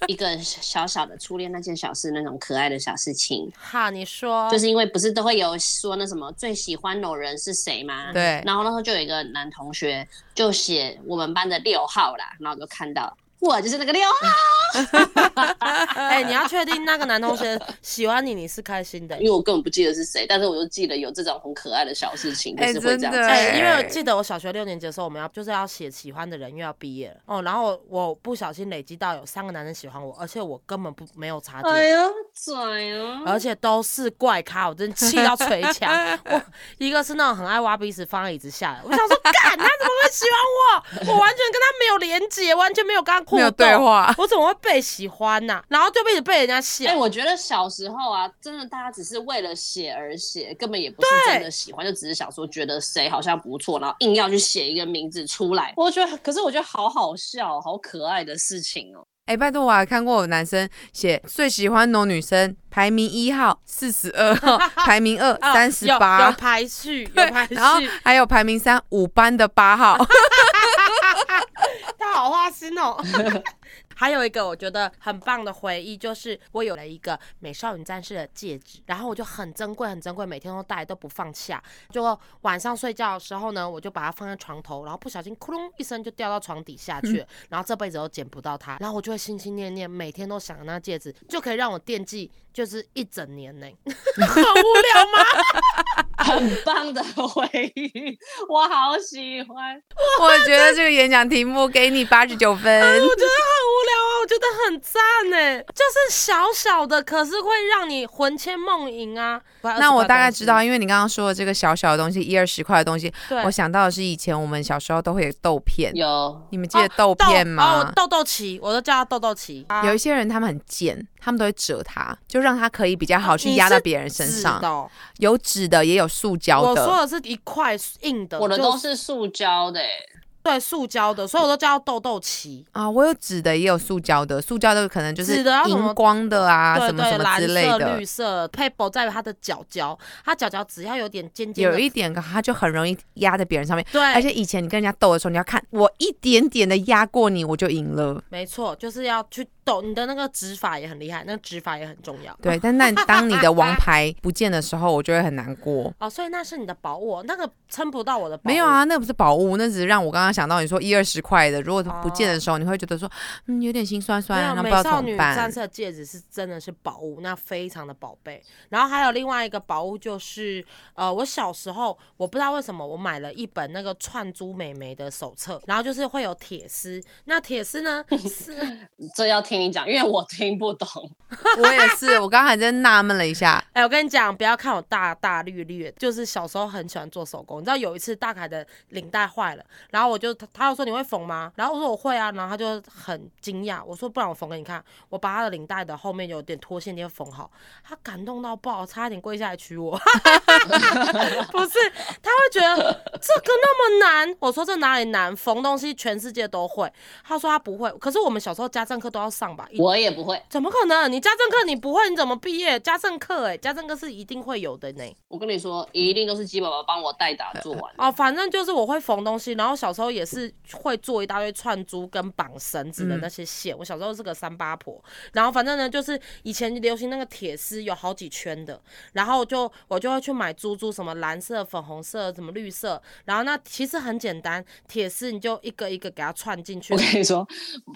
Speaker 3: 一个小小的初恋那件小事，那种可爱的小事情？
Speaker 2: 哈，你说，
Speaker 3: 就是因为不是都会有说那什么最喜欢某人是谁吗？
Speaker 1: 对
Speaker 3: 然后那时候就有一个男同学就写我们班的六号啦，然后我就看到我就是那个六
Speaker 1: 嗯
Speaker 3: 号，
Speaker 2: 哎、你要确定那个男同 学喜欢你，你是开心的
Speaker 3: 因。为我根本不记得是谁，但是我就记得有这种很可爱的小事情，就
Speaker 1: 哎
Speaker 3: 是会这样子。
Speaker 1: 真的
Speaker 2: 哎、
Speaker 1: 对
Speaker 2: 因为我记得我小学六年级的时候，我们要就是要写喜欢的人，因为要毕业了哦。然后我我不小心累积到有三个男生喜欢我，而且我根本不没有察觉。
Speaker 3: 哎呀，拽啊！
Speaker 2: 而且都是怪咖，我真气到捶墙。 我一个是那种很爱挖鼻屎放在椅子下的，我想说，干他怎么会喜欢我？我完全跟他没有连接，完全没有跟他互
Speaker 1: 没有
Speaker 2: 动，
Speaker 1: 对话，
Speaker 2: 我怎么会被喜欢呢、然后就一直被人家
Speaker 3: 哎、
Speaker 2: 笑。
Speaker 3: 我觉得小时候啊，真的大家只是为了写而写，根本也不是
Speaker 2: 对
Speaker 3: 真的喜欢，就只是想说觉得谁好像不错，然后硬要去写一个名字出来。我觉得，可是我觉得好好笑，好可爱的事情哦。
Speaker 1: 哎、拜托，我还看过有男生写最喜欢某女生，排名一号四十二 号，排名二
Speaker 2: 啊
Speaker 1: 三十
Speaker 2: 有有
Speaker 1: 八，
Speaker 2: 排序，有
Speaker 1: 对
Speaker 2: 排，序
Speaker 1: 然，后还有排名三五班的八 号，
Speaker 2: 他好花心哦。 还有一个我觉得很棒的回忆，就是我有了一个美少女战士的戒指，然后我就很珍贵，很珍贵，每天都戴都不放下。就晚上睡觉的时候呢，我就把它放在床头，然后不小心窟窿一声就掉到床底下
Speaker 1: 嗯
Speaker 2: 去了，然后这辈子都捡不到它。然后我就会心心念念，每天都想着那戒指，就可以让我惦记，就是一整年 呢、 很无聊吗？
Speaker 3: 很棒的回忆，我好喜欢。
Speaker 1: 我觉得这个演讲题目给你八十九分。
Speaker 2: 哎我觉得很无聊啊，我觉得很赞哎，就是小小的，可是会让你魂牵梦萦啊。
Speaker 1: 那我大概知道，
Speaker 2: 20
Speaker 1: 因为你刚刚说的这个小小的东西，一二十块的东西，
Speaker 2: 对
Speaker 1: 我想到的是以前我们小时候都会有豆片，
Speaker 3: 有
Speaker 1: 你们记得豆片
Speaker 2: 哦
Speaker 1: 吗？
Speaker 2: 豆豆奇，我都叫它豆豆奇，啊
Speaker 1: 有一些人他们很贱，他们都会折它，就让它可以比较好去
Speaker 2: 哦你
Speaker 1: 压
Speaker 2: 是
Speaker 1: 到别人身
Speaker 2: 纸
Speaker 1: 上。
Speaker 2: 的哦
Speaker 1: 有纸的，也有塑胶
Speaker 2: 我
Speaker 1: 的。
Speaker 2: 说的是一块硬的，
Speaker 3: 我的
Speaker 2: 就
Speaker 3: 都是塑胶的、欸，
Speaker 2: 对塑胶的，所以我都叫它豆豆奇。
Speaker 1: 啊，我有纸的，也有塑胶的，塑胶的可能就是
Speaker 2: 纸的要什么
Speaker 1: 荧光的啊，
Speaker 2: 对
Speaker 1: 什么
Speaker 2: 对，
Speaker 1: 什么
Speaker 2: 蓝
Speaker 1: 之类
Speaker 2: 色、
Speaker 1: 的
Speaker 2: 绿。色 p a p e 在于它的角角，它角角只要有点尖尖的，
Speaker 1: 有一点，它就很容易压在别人上面。
Speaker 2: 对，
Speaker 1: 而且以前你跟人家斗的时候，你要看我一点点的压过你，我就赢了。
Speaker 2: 没错，就是要去抖你的那个指法也很厉害，那个指法也很重要。
Speaker 1: 对，但那当你的王牌不见的时候，我就会很难过。
Speaker 2: 哦，所以那是你的宝物，那个撑不到我的宝物。
Speaker 1: 没有，啊，那不是宝物，那只是让我刚刚想到你说一二十块的，如果不见的时候，你会觉得说，嗯，有点心酸
Speaker 2: 没
Speaker 1: 酸，
Speaker 2: 有
Speaker 1: 然后不
Speaker 2: 美
Speaker 1: 知道
Speaker 2: 少
Speaker 1: 怎么
Speaker 2: 女
Speaker 1: 办
Speaker 2: 战。士的戒指是真的是宝物，那非常的宝贝。然后还有另外一个宝物就是，呃，我小时候我不知道为什么我买了一本那个串珠美眉的手册，然后就是会有铁丝，那铁丝 呢是
Speaker 3: 这要听你讲，因为我听不懂。
Speaker 1: 我也是，我刚刚还在纳闷了一下，
Speaker 2: 哎、我跟你讲，不要看我大大绿绿，就是小时候很喜欢做手工。你知道有一次大凯的领带坏了，然后我就他他就说你会缝吗？然后我说我会啊，然后他就很惊讶，我说不然我缝给你看。我把他的领带的后面有点脱线点缝好，他感动到爆，差点跪下来娶我。 不是，他会觉得这个那么难。我说这哪里难？缝东西全世界都会。他说他不会，可是我们小时候家政课都要上吧，一
Speaker 3: 我也不会，
Speaker 2: 怎么可能？你家政课你不会，你怎么毕业？家政课哎、家政课是一定会有的呢。
Speaker 3: 我跟你说，一定都是鸡宝宝帮我代打做完。
Speaker 2: 哦，反正就是我会缝东西，然后小时候也是会做一大堆串珠跟绑绳子的那些线。我小时候是个三八婆，然后反正呢，就是以前流行那个铁丝有好几圈的，然后就我就会去买珠珠，什么蓝色、粉红色、什么绿色，然后那其实很简单，铁丝你就一个一个给它串进去
Speaker 3: 我。跟你说，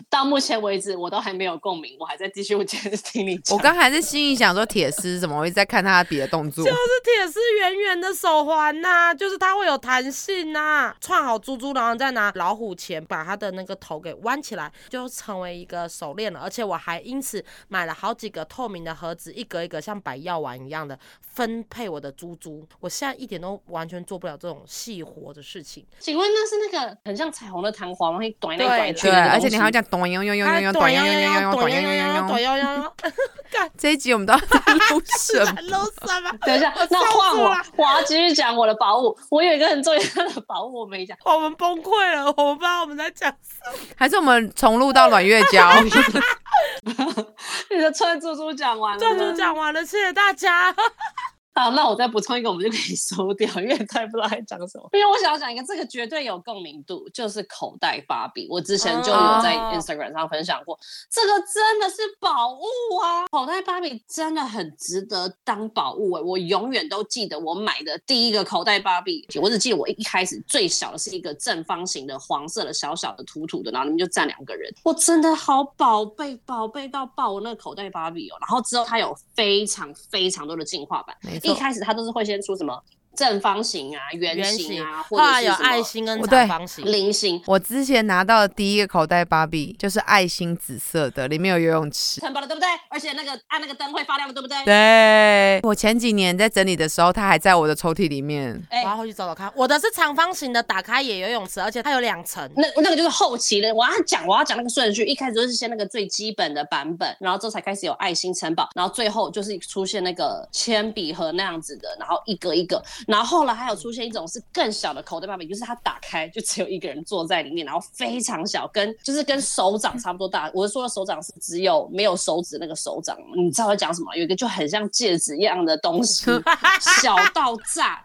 Speaker 3: 到目前为止我都还没有共鸣，我还在继续 接着听你讲。
Speaker 1: 我刚还在心里想说铁丝怎么会在看他的别的动作，
Speaker 2: 是铁丝圆圆的手环呐、就是它会有弹性呐、串好珠珠，然后再拿老虎钳把它的那个头给弯起来，就成为一个手链了。而且我还因此买了好几个透明的盒子，一格一格像摆药丸一样的分配我的珠珠。我现在一点都完全做不了这种细活的事情。
Speaker 3: 请问那是那个很像彩虹的弹簧吗？会短来
Speaker 2: 对
Speaker 3: 短去
Speaker 1: 对，
Speaker 3: 的那个
Speaker 1: 而
Speaker 3: 东西，
Speaker 1: 且你还要这样咚悠悠悠悠
Speaker 2: 哎
Speaker 1: 悠咚
Speaker 2: 短腰
Speaker 1: 悠
Speaker 2: 腰
Speaker 1: 悠悠
Speaker 2: 腰，
Speaker 1: 悠
Speaker 2: 短
Speaker 1: 咚
Speaker 2: 腰
Speaker 1: 悠
Speaker 2: 腰
Speaker 1: 悠
Speaker 2: 腰，
Speaker 1: 悠
Speaker 2: 短
Speaker 1: 悠。
Speaker 2: 腰腰腰，
Speaker 1: 这一集我们到底在录什 么？
Speaker 2: 露什么？
Speaker 3: 等一下，那
Speaker 2: 笑
Speaker 3: 换
Speaker 2: 死
Speaker 3: 我
Speaker 2: 了，
Speaker 3: 我要继续讲我的宝物。我有一个很重要的宝物我没讲，
Speaker 2: 我们崩溃了，我们不知道我们在讲什么。
Speaker 1: 还是我们重录到阮月娇？
Speaker 3: 你的串珠珠讲完了，
Speaker 2: 转主。讲完了，谢谢大家。
Speaker 3: 好，啊那我再补充一个，我们就可以收掉，因为太不知道在讲什么。因为我想要讲一个，这个绝对有共鸣度，就是口袋芭比。我之前就有在
Speaker 2: 哦
Speaker 3: Instagram 上分享过，这个真的是宝物啊！口袋芭比真的很值得当宝物哎、我永远都记得我买的第一个口袋芭比，我只记得我一开始最小的是一个正方形的黄色的小小的土土的，然后里面就站两个人，我真的好宝贝，宝贝到爆！我那个口袋芭比哦，然后之后它有非常非常多的进化版，
Speaker 1: 没
Speaker 3: 一
Speaker 1: 错，
Speaker 3: 开始它都是会先出什么正方形啊、圆
Speaker 2: 圆
Speaker 3: 形
Speaker 2: 形
Speaker 3: 啊，或
Speaker 2: 后
Speaker 3: 者
Speaker 2: 来
Speaker 3: 是
Speaker 2: 有
Speaker 3: 什么
Speaker 2: 爱心跟
Speaker 1: 哦对
Speaker 2: 长方形，
Speaker 3: 菱形。
Speaker 1: 我之前拿到的第一个口袋芭比就是爱心紫色的，里面有游泳池。
Speaker 3: 城堡的对不对？而且那个按那个灯会发亮的对不对？
Speaker 1: 对我前几年在整理的时候，它还在我的抽屉里 面。
Speaker 3: 哎、
Speaker 2: 我要回去找找看。我的是长方形的，打开也游泳池，而且它有两层。
Speaker 3: 那那个就是后期的，我要讲我要讲那个顺序，一开始就是先那个最基本的版本，然后之后才开始有爱心城堡，然后最后就是出现那个铅笔盒那样子的，然后一个一个，然后后来还有出现一种是更小的口袋版本，就是它打开就只有一个人坐在里面，然后非常小，跟就是跟手掌差不多大。我是说的手掌是只有没有手指那个手掌，你知道我在讲什么？有一个就很像戒指一样的东西，小到炸，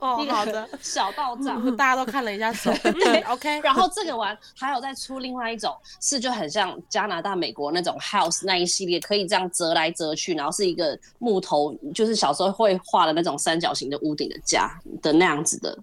Speaker 2: 哦， 好的，，
Speaker 3: 小到炸。
Speaker 2: 大家都看了一下 手。嗯 OK，
Speaker 3: 然后这个玩还有再出另外一种，是就很像加拿大、美国那种 house 那一系列，可以这样折来折去，然后是一个木头，就是小时候会画的那种三角形的屋顶的家的那样子的。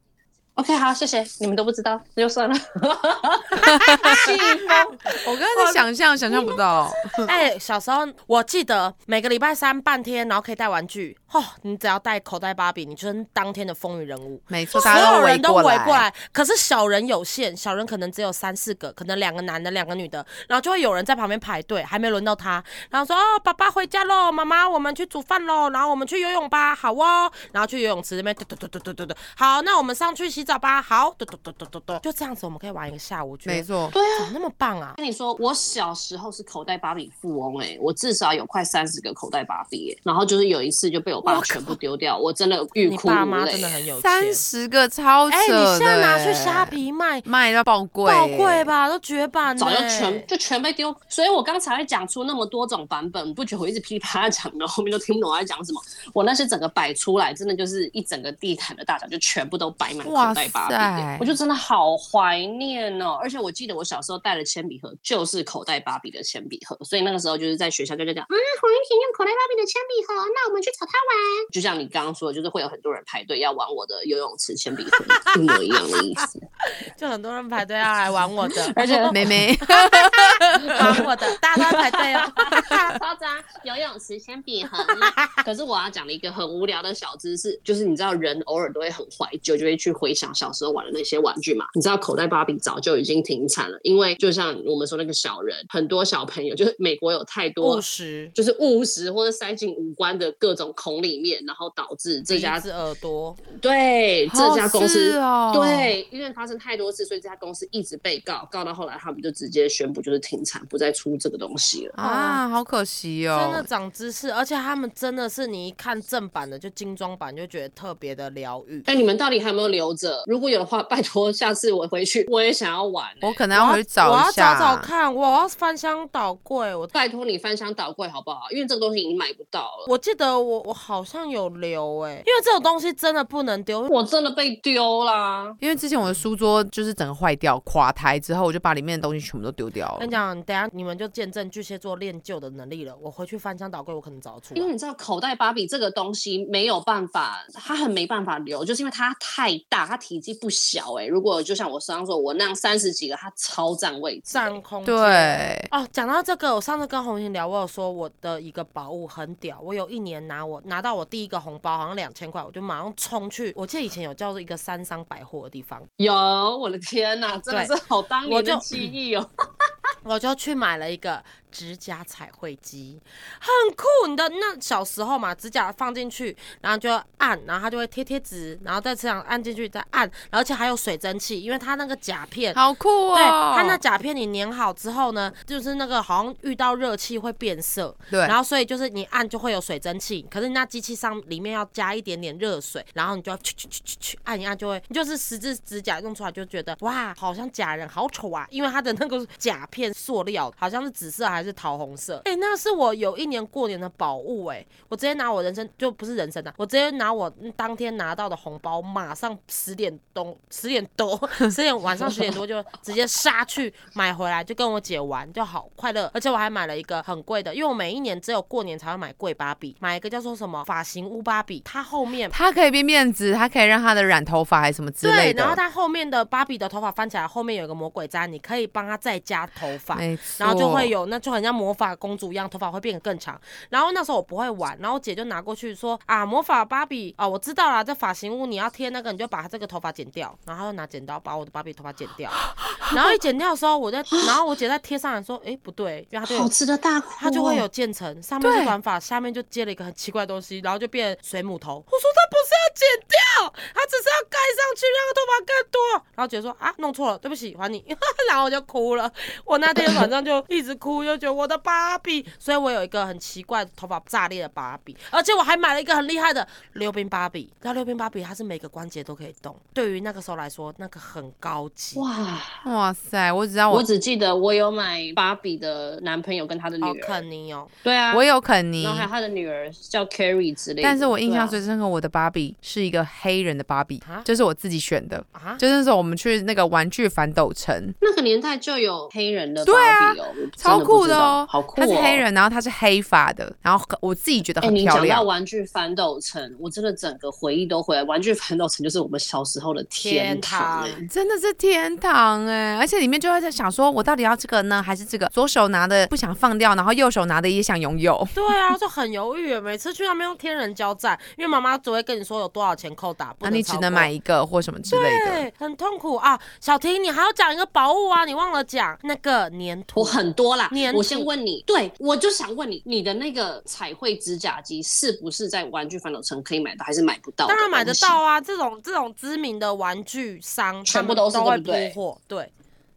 Speaker 3: OK，好，谢谢你们都不知道，那就算了。 气疯
Speaker 1: 我刚才在想象，想象不到。
Speaker 2: 哎、小时候我记得每个礼拜三半天，然后可以带玩具。哦，你只要带口袋芭比，你就是当天的风云人物。
Speaker 1: 没错，
Speaker 2: 所
Speaker 1: 大家
Speaker 2: 有
Speaker 1: 围
Speaker 2: 人都
Speaker 1: 过
Speaker 2: 过。来，可是小人有限，小人可能只有三四个，可能两个男的，两个女的，然后就会有人在旁边排队，还没轮到他，然后说哦，爸爸回家喽，妈妈我们去煮饭喽，然后我们去游泳吧，好哦，然后去游泳池那边，嘟嘟嘟嘟嘟嘟嘟，好，那我们上去洗澡吧，好，嘟嘟嘟嘟嘟嘟，就这样子，我们可以玩一个下午，觉
Speaker 1: 没
Speaker 2: 得
Speaker 1: 错，
Speaker 3: 对啊
Speaker 2: 怎，么那么棒啊？
Speaker 3: 跟你说，我小时候是口袋芭比富翁哎、我至少有快三十个口袋芭比、欸，然后就是有一次就被我爸全部丢掉，我真的欲
Speaker 2: 你
Speaker 3: 哭
Speaker 2: 爸
Speaker 3: 无
Speaker 2: 妈
Speaker 3: 泪
Speaker 2: 真。的很有钱，
Speaker 1: 三十个超扯
Speaker 2: 哎、
Speaker 1: 的。
Speaker 2: 你现在拿去虾皮卖，
Speaker 1: 卖到爆贵，
Speaker 2: 爆贵？吧，都绝版、欸，
Speaker 3: 早就全就全被丢，所以我刚才会讲出那么多种版本，你不觉得我一直噼里啪啦讲，然后后面都听不懂我在讲什么？我那些整个摆出来，真的就是一整个地毯的大小，就全部都摆满口袋芭
Speaker 1: 哇
Speaker 3: 比
Speaker 1: 塞
Speaker 3: 耶，我就真的好怀念哦。而且我记得我小时候带的铅笔盒就是口袋芭比的铅笔盒，所以那个时候就是在学校就在讲啊，黄玉婷用口袋芭比的铅笔盒，那我们去找他玩。就像你刚刚说的，就是会有很多人排队要玩我的游泳池铅笔盒， 一模一样的意 思。
Speaker 2: 就很多人排队要来玩我的，
Speaker 3: 而且
Speaker 1: 妹 妹，
Speaker 2: 玩我的，大家都在排队哦。
Speaker 3: 夸张，游泳池铅笔盒。可是我要讲的一个很无聊的小知识，就是你知道人偶尔都会很怀旧，就会去回想小时候玩的那些玩具嘛。你知道口袋芭比早就已经停产了，因为就像我们说那个小人，很多小朋友就是美国有太多
Speaker 2: 务。实，
Speaker 3: 就是误食或者塞进五官的各种孔里面，然后导致这家
Speaker 2: 鼻子耳朵，
Speaker 3: 对这家公司
Speaker 1: 哦，
Speaker 3: 对，因为发生太多次，所以这家公司一直被告，告到后来他们就直接宣布就是停产，不再出这个东西了。
Speaker 1: 啊，好可惜
Speaker 2: 真的
Speaker 1: 哦。
Speaker 2: 长知识，而且他们真的是你一看正版的就精装版就觉得特别的疗愈。
Speaker 3: 哎，你们到底还有没有留着？如果有的话，拜托下次我回去我也想要玩、欸
Speaker 1: 我可能
Speaker 2: 我
Speaker 1: 要回去
Speaker 2: 我
Speaker 1: 找
Speaker 2: 要
Speaker 1: 一下。
Speaker 2: 找找看，我要翻箱倒柜。我
Speaker 3: 拜托你翻箱倒柜好不好？因为这个东西已经买不到了。
Speaker 2: 我记得我我好像有留哎、因为这种东西真的不能丢。
Speaker 3: 我真的被丢啦！
Speaker 1: 因为之前我的书桌就是整个坏掉、垮台之后，我就把里面的东西全部都丢掉
Speaker 2: 跟
Speaker 1: 了
Speaker 2: 你。讲，等一下你们就见证巨蟹座练就的能力了。我回去翻箱倒柜，我可能找得出来
Speaker 3: 因为。你知道，口袋芭比这个东西没有办法，它很没办法留，就是因为它太大，它体积不小哎、如果就像我刚刚说，我那样三十几个，它超占位置、
Speaker 2: 占空间。
Speaker 1: 对，
Speaker 2: 哦，讲到这个，我上次跟红琴聊，我有说我的一个宝物很屌，我有一年拿我拿到我第一个红包，好像两千块，我就马上冲去，我记得以前有叫做一个三商百货的地方，
Speaker 3: 有，我的天呐，真的是
Speaker 2: 对
Speaker 3: 好当
Speaker 2: 我
Speaker 3: 年的
Speaker 2: 就嗯
Speaker 3: 记忆哦！
Speaker 2: 我就去买了一个指甲彩绘机，很酷。你的那小时候嘛，指甲放进去，然后就按，然后它就会贴贴纸，然后再这样按进去，再按，而且还有水蒸气，因为它那个甲片
Speaker 1: 好酷哦！
Speaker 2: 对，它那甲片你粘好之后呢，就是那个好像遇到热气会变色，
Speaker 1: 对
Speaker 2: 然后所以就是你按就会有水蒸气，可是你那机器上里面要加一点点热水，然后你就要去去去去去按一按就会，你就是十只指甲用出来就觉得哇，好像假人，好丑啊，因为它的那个甲片塑料好像是紫色还是桃红色，哎、那是我有一年过年的宝物哎、我直接拿我人生就不是人生啊，我直接拿我当天拿到的红包，马上十点东十点 多十点晚上十点多就直接杀去买回来，就跟我姐玩，就好快乐。而且我还买了一个很贵的，因为我每一年只有过年才会买贵芭比，买一个叫做什么发型屋芭比，它后面。
Speaker 1: 它可以变面子，它可以让它的染头发还是什么之类
Speaker 2: 对，
Speaker 1: 的。
Speaker 2: 然后它后面的芭比的头发翻起来，后面有一个魔鬼粘，你可以帮它再加头发，
Speaker 1: 没错，哦
Speaker 2: 然后就会有，那就很像魔法公主一样，头发会变得更长。然后那时候我不会玩，然后我姐就拿过去说啊，魔法芭比啊，我知道啦，在发型屋你要贴那个，你就把它这个头发剪掉，然后拿剪刀把我的芭比头发剪掉。然后一剪掉的时候，我在，然后我姐在贴上来说，诶，不对，因为它就有
Speaker 3: 好吃的大哭、
Speaker 2: 它就会有渐层，上面
Speaker 1: 对
Speaker 2: 是短发，下面就接了一个很奇怪的东西，然后就变水母头。我说它不是要剪掉，它只是要盖上去，让头发更多。然后姐说啊，弄错了，对不起，还你。 然后我就哭了，我那天晚上就一直哭，就觉得我的芭比，所以我有一个很奇怪头发炸裂的芭比，而且我还买了一个很厉害的溜冰芭比。那溜冰芭比它是每个关节都可以动，对于那个时候来说，那个很高级。
Speaker 3: 哇！
Speaker 1: 哇塞，我只
Speaker 2: 哦
Speaker 1: 知道
Speaker 3: 我
Speaker 1: 我
Speaker 3: 只记得我有买芭比的男朋友跟他的
Speaker 2: 好
Speaker 3: 女儿，
Speaker 2: 肯尼哦，
Speaker 3: 对啊，
Speaker 1: 我有肯尼
Speaker 3: 然，后还有他的女儿叫 Carrie 之类的。
Speaker 1: 嗯但是我印象
Speaker 3: 对啊
Speaker 1: 最深刻，我的芭比是一个黑人的芭比
Speaker 2: 啊，
Speaker 1: 就是我自己选的。
Speaker 2: 啊，
Speaker 1: 就是那时候我们去那个玩具反斗城，
Speaker 3: 啊、那个年代就有黑人的芭
Speaker 1: 对啊
Speaker 3: 比哦，我真的不
Speaker 1: 超酷
Speaker 3: 知
Speaker 1: 的
Speaker 3: 道
Speaker 1: 哦，
Speaker 3: 好酷、
Speaker 1: 她
Speaker 3: 哦！
Speaker 1: 是黑。人，然后她是黑发的，然后我自己觉得
Speaker 3: 哎、
Speaker 1: 很
Speaker 3: 你
Speaker 1: 漂
Speaker 3: 讲到
Speaker 1: 亮。
Speaker 3: 玩具反斗城，我真的整个回忆都回来。玩具反斗城就是我们小时候的
Speaker 2: 天
Speaker 3: 堂、
Speaker 2: 堂
Speaker 3: 哎
Speaker 1: 真的是天堂哎、而且里面就会在想说，我到底要这个呢，还是这个？左手拿的不想放掉，然后右手拿的也想拥有。
Speaker 2: 对啊，就很犹豫耶。每次去那边都天人交战，因为妈妈只会跟你说有多少钱扣打，不
Speaker 1: 那啊
Speaker 2: 能
Speaker 1: 你只
Speaker 2: 超
Speaker 1: 能
Speaker 2: 过
Speaker 1: 买一个或什么之类的。
Speaker 2: 对，很痛苦啊。小婷，你还要讲一个宝物啊，你忘了讲那个粘
Speaker 3: 我
Speaker 2: 土。
Speaker 3: 很多啦
Speaker 2: 粘，土
Speaker 3: 我先问你，对我就想问你，你的那个彩绘指甲机是不是在玩具反斗城可以买到，还是买不到？
Speaker 2: 当然买得到，啊，这种这种知名的玩具商
Speaker 3: 全部
Speaker 2: 他们
Speaker 3: 都
Speaker 2: 都
Speaker 3: 是
Speaker 2: 会
Speaker 3: 对不对
Speaker 2: 铺货，对，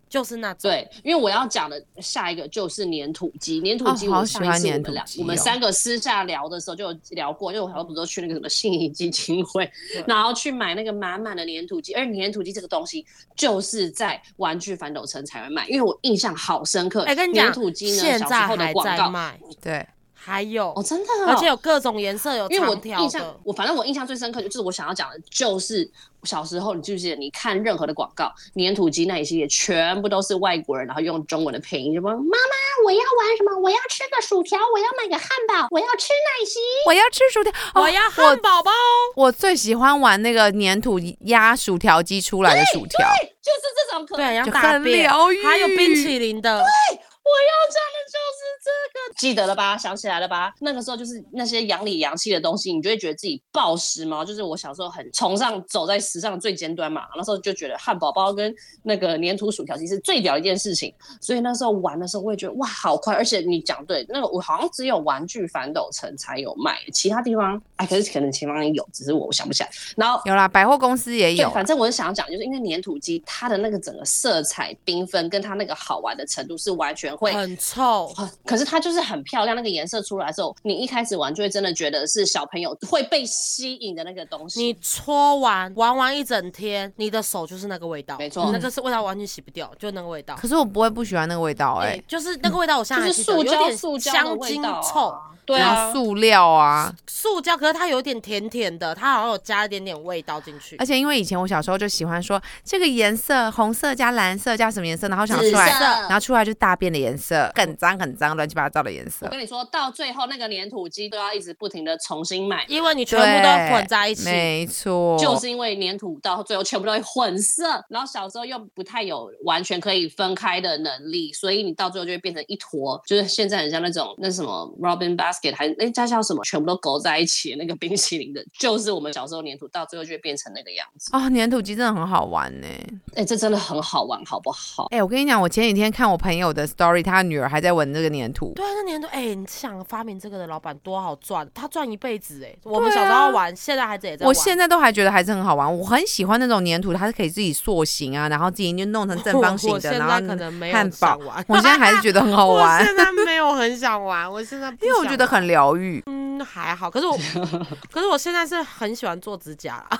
Speaker 2: 就是那种。
Speaker 3: 对，因为我要讲的下一个就是粘土机，粘土机
Speaker 1: 哦好
Speaker 3: 我
Speaker 1: 喜
Speaker 3: 上
Speaker 1: 欢
Speaker 3: 一次我
Speaker 1: 粘土
Speaker 3: 们俩、
Speaker 1: 机
Speaker 3: 我们
Speaker 1: 哦
Speaker 3: 三个私下聊的时候就有聊过，因为我好像不是都去那个什么信义基金会
Speaker 2: 对，
Speaker 3: 然后去买那个满满的粘土机，而粘土机这个东西就是在玩具反斗城才会卖，因为我印象好深刻。
Speaker 2: 哎、跟你
Speaker 3: 粘
Speaker 2: 讲，
Speaker 3: 土机呢，
Speaker 2: 现
Speaker 3: 小时
Speaker 2: 在
Speaker 3: 候的
Speaker 2: 还
Speaker 3: 广
Speaker 2: 在
Speaker 3: 告
Speaker 2: 卖，
Speaker 1: 对，
Speaker 2: 还有，
Speaker 3: 哦，真的、哦，
Speaker 2: 而且有各种颜色，有
Speaker 3: 因为我
Speaker 2: 长条
Speaker 3: 印象哦
Speaker 2: 的，。
Speaker 3: 我反正我印象最深刻就是我想要讲的，就是小时候你记不记得，你看任何的广告，粘土机那一系列全部都是外国人，然后用中文的配音，就说妈妈我要玩什么，我要吃个薯条，我要买个汉堡，我要吃奶昔。
Speaker 1: 我要吃薯条，哦
Speaker 2: 我要汉堡包，
Speaker 1: 我最喜欢玩那个粘土压薯条机出来的薯条，
Speaker 3: 对，就是这种可
Speaker 2: 对，要
Speaker 1: 就
Speaker 2: 大
Speaker 1: 很
Speaker 2: 便，
Speaker 1: 疗愈。
Speaker 2: 还有冰淇淋的，
Speaker 3: 我要讲的就是这个，记得了吧？想起来了吧？那个时候就是那些洋里洋气的东西，你就会觉得自己暴时髦。就是我小时候很崇尚走在时尚的最尖端嘛，那时候就觉得汉堡包跟那个粘土薯条其实是最屌的一件事情。所以那时候玩的时候，我也觉得哇，好快！而且你讲对，那个我好像只有玩具反斗城才有卖，其他地方哎，可是可能其他地方有，只是我想不起来。然后
Speaker 1: 有啦，百货公司也
Speaker 3: 对
Speaker 1: 有，。
Speaker 3: 反正我是想要讲，就是因为粘土机它的那个整个色彩缤纷跟它那个好玩的程度是完全会
Speaker 2: 很臭，
Speaker 3: 啊可是它就是很漂亮，那个颜色出来之后，你一开始玩就会真的觉得是小朋友会被吸引的那个东西。
Speaker 2: 你搓完玩完一整天，你的手就是那个味道，
Speaker 3: 没错
Speaker 2: 那个是味道完全洗不掉，就那个味道。
Speaker 1: 可是我不会不喜欢那个味道哎、
Speaker 2: 对，就是那个味道，我现
Speaker 3: 就
Speaker 2: 在还
Speaker 3: 是
Speaker 2: 记得，有
Speaker 3: 塑胶，
Speaker 2: 点
Speaker 3: 塑胶的
Speaker 2: 香
Speaker 3: 味
Speaker 2: 精
Speaker 3: 道、
Speaker 2: 臭，
Speaker 3: 啊，对
Speaker 1: 然
Speaker 3: 啊
Speaker 1: 后，塑料啊，
Speaker 2: 塑胶，可是它有点甜甜的，它好像有加一点点味道进去
Speaker 1: 而。且因为以前我小时候就喜欢说这个颜色，红色加蓝色加什么颜色，然后想出来，
Speaker 3: 紫色
Speaker 1: 然后出来就大便的颜色，很脏很脏，乱七八糟的颜色
Speaker 3: 我。跟你说到最后，那个粘土机都要一直不停的重新买，
Speaker 2: 因为你全部都混在一起，
Speaker 1: 没错，
Speaker 3: 就是因为粘土到最后全部都会混色，然后小时候又不太有完全可以分开的能力，所以你到最后就会变成一坨，就是现在很像那种那什么 Robin Basket 还那家叫什么，全部都勾在一起的那个冰淇淋的，就是我们小时候粘土到最后就会变成那个样子。
Speaker 1: 哦，粘土机真的很好玩呢、
Speaker 3: 哎、这真的很好玩，好不好？
Speaker 1: 哎、我跟你讲，我前几天看我朋友的 story，他女儿还在闻这个粘土。
Speaker 2: 对啊，那年头，哎、你想发明这个的老板多好赚，他赚一辈子哎、我们小时候玩，现在孩子也在
Speaker 1: 啊
Speaker 2: 玩。
Speaker 1: 我现在都还觉得还是很好玩，我很喜欢那种粘土，它是可以自己塑形啊，然后自己就弄成正方形
Speaker 2: 我
Speaker 1: 的，
Speaker 2: 现
Speaker 1: 然
Speaker 2: 在
Speaker 1: 后
Speaker 2: 可能没有
Speaker 1: 汉堡
Speaker 2: 想玩
Speaker 1: 我现在还是觉得很好
Speaker 2: 我
Speaker 1: 玩，
Speaker 2: 现在没有很想玩，我现在不
Speaker 1: 因为我觉得
Speaker 2: 想
Speaker 1: 很疗愈。
Speaker 2: 嗯还好，可是我可是我现在是很喜欢做指甲啦，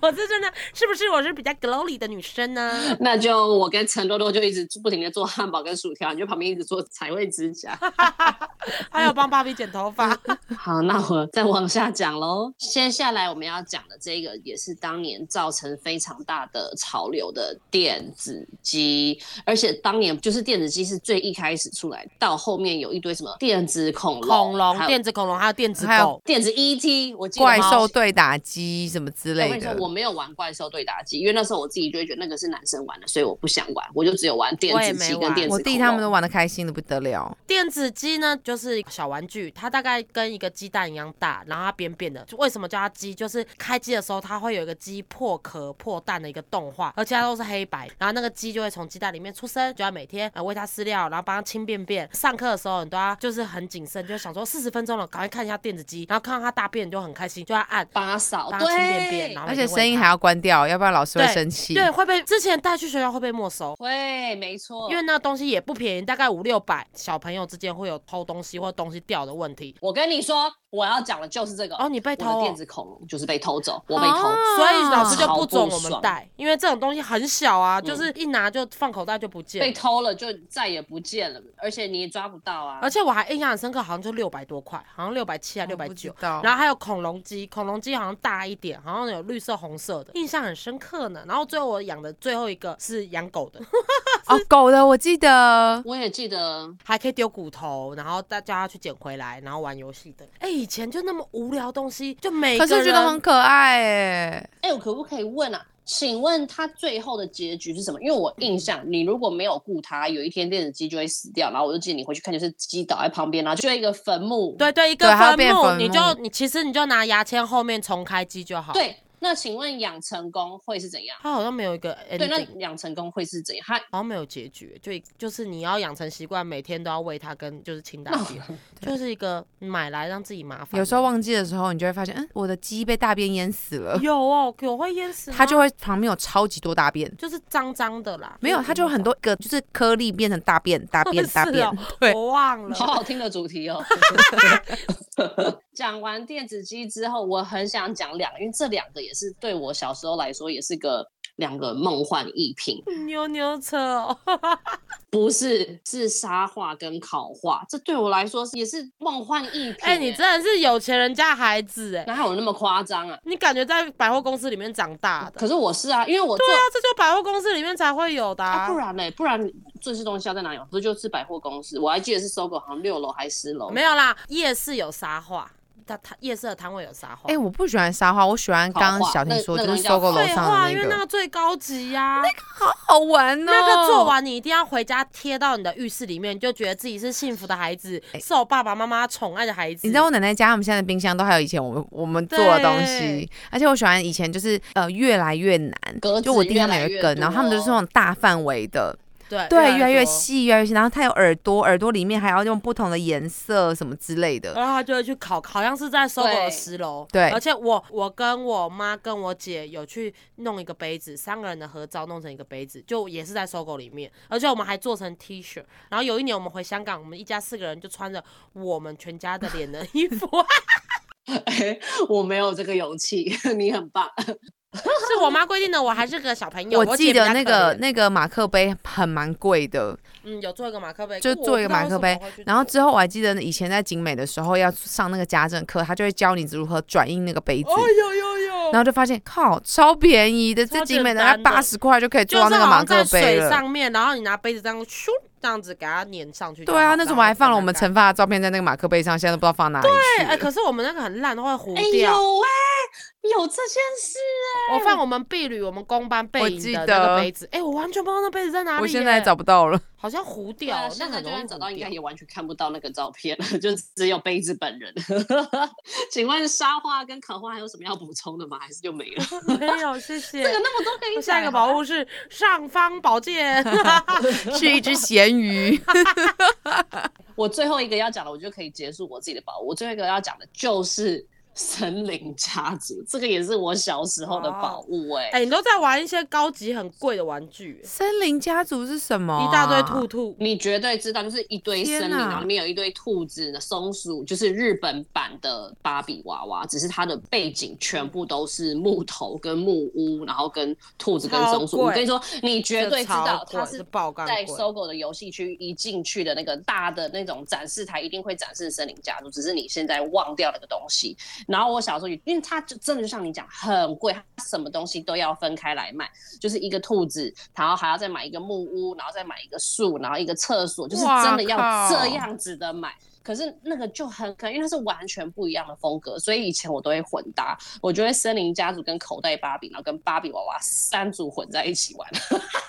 Speaker 2: 我是真的是不是我是比较 glowy 的女生 呢？
Speaker 3: 那就我跟陈多多就一直不停的做汉堡跟薯条，你就旁边一直做彩绘指甲。
Speaker 2: 还有帮芭比剪头发，
Speaker 3: 好，那我再往下讲喽。接下来我们要讲的这个也是当年造成非常大的潮流的电子机，而且当年就是电子机是最一开始出来，到后面有一堆什么电子恐 龙、
Speaker 2: 恐龙
Speaker 3: 还有
Speaker 2: 电子子恐龙，还有电子
Speaker 1: 还有
Speaker 2: 狗，
Speaker 3: 电子 ET，我记得
Speaker 1: 怪
Speaker 3: 吗
Speaker 1: 兽对打机什么之
Speaker 3: 我
Speaker 1: 类
Speaker 3: 跟你说，
Speaker 1: 的。
Speaker 3: 我没有玩怪兽对打机，因为那时候我自己就会觉得那个是男生玩的，所以我不想玩，我就只有玩电
Speaker 2: 我也
Speaker 3: 子
Speaker 2: 没
Speaker 3: 鸡
Speaker 2: 玩
Speaker 3: 跟电子
Speaker 1: 我弟
Speaker 3: 恐
Speaker 1: 他们
Speaker 3: 龙
Speaker 1: 都玩的开心的不得了，
Speaker 2: 电子鸡呢，就是小玩具，它大概跟一个鸡蛋一样大，然后它扁扁的。为什么叫它鸡？就是开机的时候，它会有一个鸡破壳破蛋的一个动画，而且它都是黑白。然后那个鸡就会从鸡蛋里面出生，就要每天呃喂它饲料，然后帮它清便便。上课的时候，你都要就是很谨慎，就想说四十分钟了，赶快看一下电子鸡，然后看到它大便你就很开心，就要按啊
Speaker 3: 帮他扫，
Speaker 2: 帮它
Speaker 3: 对，
Speaker 2: 清便便，然后
Speaker 1: 而
Speaker 2: 每
Speaker 1: 且
Speaker 2: 天
Speaker 1: 声
Speaker 2: 喂
Speaker 1: 音
Speaker 2: 它
Speaker 1: 还要关掉，要不然老师会
Speaker 2: 对
Speaker 1: 生气。
Speaker 2: 对会被之前带去学校会被没收。
Speaker 3: 会，没错，
Speaker 2: 因为那个东西也不便宜，大概五六百，小朋友之间会有偷东西或东西掉的问题。
Speaker 3: 我跟你说，我要讲的就是这个
Speaker 2: 哦，，你被
Speaker 3: 我的
Speaker 2: 偷、
Speaker 3: 电
Speaker 2: 哦，
Speaker 3: 子恐龙就是被偷走，我被偷。
Speaker 2: 所以老师就
Speaker 3: 超
Speaker 2: 不准
Speaker 3: 不
Speaker 2: 我们
Speaker 3: 爽
Speaker 2: 带，因为这种东西很小啊，
Speaker 3: 嗯
Speaker 2: 就是一拿就放口袋就不见
Speaker 3: 被
Speaker 2: 了。
Speaker 3: 偷了就再也不见了，而且你也抓不到啊。
Speaker 2: 而且我还印象很深刻，好像就六百多块，好像六百七啊，六
Speaker 1: 我
Speaker 2: 百
Speaker 1: 哦不知
Speaker 2: 九。
Speaker 1: 道，
Speaker 2: 然后还有恐龙鸡，恐龙鸡好像大一点，好像有绿色、红色的，印象很深刻呢。然后最后我养的最后一个是养狗的，
Speaker 1: 哦，狗的我记得，
Speaker 3: 我也记得，
Speaker 2: 还可以丢骨头，然后大家去捡回来，然后玩游戏的。哎，以前就那么无聊的东西，就每
Speaker 1: 可
Speaker 2: 个
Speaker 1: 是我
Speaker 2: 人
Speaker 1: 觉得很可爱哎。
Speaker 3: 哎、我可不可以问啊？请问他最后的结局是什么？因为我印象，你如果没有顾它，有一天电子鸡就会死掉，然后我就记得你回去看，就是鸡倒在旁边，然后就一个坟墓。
Speaker 2: 对对，一个
Speaker 1: 对它会
Speaker 2: 坟
Speaker 1: 变
Speaker 2: 墓，
Speaker 1: 坟
Speaker 2: 你就
Speaker 1: 墓
Speaker 2: 你其实你就拿牙签后面重开机就好。，
Speaker 3: 对，那请问养成功会是怎样？
Speaker 2: 它好像没有一个 ending。
Speaker 3: 对，那养成功会是怎样？它
Speaker 2: 好像没有结局，就就是你要养成习惯，每天都要喂它跟就是清大 便，就是一个买来让自己麻烦。
Speaker 1: 有时候忘记的时候，你就会发现，嗯，我的鸡被大便淹死 了，
Speaker 2: 有哦，有会淹死吗，
Speaker 1: 它就会旁边有超级多大便，
Speaker 2: 就是脏脏的啦。
Speaker 1: 没有，它就有很多个就是颗粒变成大便，大便，
Speaker 2: 是
Speaker 1: 大 便
Speaker 2: 哦，
Speaker 1: 对，
Speaker 2: 我忘了。
Speaker 3: 好 好听的主题哦。讲完电子鸡之后，我很想讲两，因为这两个也是对我小时候来说也是个两个梦幻逸品。
Speaker 2: 牛牛嗯车哦，
Speaker 3: 不是，是沙画跟烤画，这对我来说也是梦幻一品、
Speaker 2: 哎、你
Speaker 3: 欸
Speaker 2: 真的是有钱人家孩子哎、
Speaker 3: 哪有那么夸张啊？
Speaker 2: 你感觉在百货公司里面长大的。
Speaker 3: 可是我是啊，因为我做
Speaker 2: 对啊，这就百货公司里面才会有的、
Speaker 3: 啊不然嘞，不然这些东西要在哪里？不就是百货公司？我还记得是搜狗，好像六楼还是十楼，
Speaker 2: 没有啦，夜市有沙画，它它夜市的摊位有沙画。
Speaker 1: 哎、我不喜欢沙画，我喜欢
Speaker 3: 烤
Speaker 1: 刚刚
Speaker 3: 画
Speaker 1: 小婷
Speaker 3: 那
Speaker 1: 说，
Speaker 3: 那
Speaker 1: 就
Speaker 3: 个
Speaker 1: 是
Speaker 3: 叫
Speaker 1: 搜狗楼
Speaker 2: 废
Speaker 1: 上
Speaker 2: 话，
Speaker 1: 的
Speaker 2: 因
Speaker 1: 那
Speaker 2: 为那
Speaker 1: 个，
Speaker 2: 个最高级呀、
Speaker 1: 好好玩哦。
Speaker 2: 那个做，完，你一定要回家贴到你的浴室里面，你就觉得自己是幸福的孩子，受爸爸妈妈宠爱的孩子。
Speaker 1: 哎你知道我奶奶家他们现在的冰箱都还有以前我们我们做的东西，而且我喜欢以前就是呃越来越难
Speaker 3: 格，子
Speaker 1: 就我弟他们有
Speaker 3: 越
Speaker 1: 一
Speaker 3: 来越
Speaker 1: 个，
Speaker 3: 多
Speaker 1: 然后他们就是那种大范围的，
Speaker 2: 对
Speaker 1: 对，越来越
Speaker 2: 多，
Speaker 1: 细，越来越细，然后它有耳朵，耳朵里面还要用不同的颜色什么之类的。
Speaker 2: 然后他就会去烤，好像是在搜狗的
Speaker 3: 对
Speaker 2: 十楼。
Speaker 1: 对
Speaker 2: 而且我我跟我妈跟我姐有去弄一个杯子，三个人的合照弄成一个杯子，就也是在搜狗里面，而且我们还做成 T 恤。然后有一年我们回香港，我们一家四个人就穿着我们全家的脸的 衣服，
Speaker 3: 我没有这个勇气。 你很 棒，
Speaker 2: 是我妈规定的，我还是个小朋友。我姐
Speaker 1: 记
Speaker 2: 比
Speaker 1: 得
Speaker 2: 较
Speaker 1: 那
Speaker 2: 可
Speaker 1: 个
Speaker 2: 怜
Speaker 1: 那个马克杯很蛮贵的，
Speaker 2: 嗯，有做一个马克杯，
Speaker 1: 就
Speaker 2: 可我
Speaker 1: 做一
Speaker 2: 不
Speaker 1: 个
Speaker 2: 知
Speaker 1: 马
Speaker 2: 道
Speaker 1: 克
Speaker 2: 为什
Speaker 1: 杯
Speaker 2: 么会去。
Speaker 1: 然后
Speaker 2: 做
Speaker 1: 之后我还记得以前在景美的时候要上那个家政课，他就会教你如何转印那个杯子。
Speaker 2: 哦，有有有，
Speaker 1: 然后就发现，靠，超便宜的，
Speaker 2: 超
Speaker 1: 这景美的，
Speaker 2: 简
Speaker 1: 它
Speaker 2: 单的
Speaker 1: 八十块就可以
Speaker 2: 就
Speaker 1: 做到
Speaker 2: 是
Speaker 1: 那个
Speaker 2: 好
Speaker 1: 马
Speaker 2: 像在
Speaker 1: 克杯
Speaker 2: 水
Speaker 1: 了。
Speaker 2: 上面，然后你拿杯子这样咻这样子给它粘上去就好。
Speaker 1: 对啊，那时候我还放了我们
Speaker 2: 成
Speaker 1: 惩罚的照片在那个马克杯上，现在都不知道放哪里去
Speaker 2: 哎、
Speaker 1: 了。
Speaker 2: 可是我们那个很烂，都会糊
Speaker 3: 哎、
Speaker 2: 掉。
Speaker 3: 有哎、有这件事
Speaker 2: 我放我们婢女，我们公班
Speaker 1: 我
Speaker 2: 背影
Speaker 1: 记
Speaker 2: 的那个
Speaker 1: 得
Speaker 2: 杯子，哎、我完全不知道那杯子在哪里耶。
Speaker 1: 我现在找不 到了，
Speaker 2: 好像糊
Speaker 3: 对
Speaker 2: 掉，
Speaker 3: 啊，
Speaker 2: 那
Speaker 3: 现在
Speaker 2: 很
Speaker 3: 就
Speaker 2: 容易糊
Speaker 3: 算找到，应该
Speaker 2: 掉
Speaker 3: 也完全看不到那个照片了， 就只有杯子本人。 请问沙画跟烤画还有什么要补充的吗？还是就没了？
Speaker 2: 没有，谢谢。
Speaker 3: 这个那么多可以讲。
Speaker 2: 下一个宝物是上方宝 剑，
Speaker 1: 是一只咸 鱼。
Speaker 3: 我最后一个要讲的，我就可以结束我自己的宝物。我最后一个要讲的就是 森林家族，这个也是我小时候的
Speaker 1: 哦
Speaker 3: 宝物哎、
Speaker 2: 哎、你都在玩一些高级很贵的玩具、
Speaker 1: 森林家族是什么啊、
Speaker 2: 一大堆兔兔。
Speaker 3: 你绝对知道，就是一堆森
Speaker 1: 天
Speaker 3: 林，
Speaker 1: 哪
Speaker 3: 然后里面有一堆兔子、松鼠，就是日本版的芭比娃娃，只是它的背景全部都是木头跟木屋，然后跟兔子跟松
Speaker 2: 超
Speaker 3: 鼠。
Speaker 2: 贵
Speaker 3: 我跟你说，你绝
Speaker 2: 这
Speaker 3: 对知
Speaker 2: 超
Speaker 3: 道
Speaker 2: 贵
Speaker 3: 它
Speaker 2: 这
Speaker 3: 是
Speaker 2: 爆干
Speaker 3: 在
Speaker 2: 贵
Speaker 3: 搜狗的游戏区一进去的那个大的那种展示台，一定会展示森林家族，只是你现在忘掉那个东西。然后我小时候也，因为它就真的就像你讲，很贵，它什么东西都要分开来卖，就是一个兔子，然后还要再买一个木屋，然后再买一个树，然后一个厕所，就是
Speaker 1: 哇
Speaker 3: 真的要
Speaker 1: 靠
Speaker 3: 这样子的买。可是那个就很可能，因为它是完全不一样的风格，所以以前我都会混搭，我就会森林家族跟口袋芭比，然后跟芭比娃娃三组混在一起玩。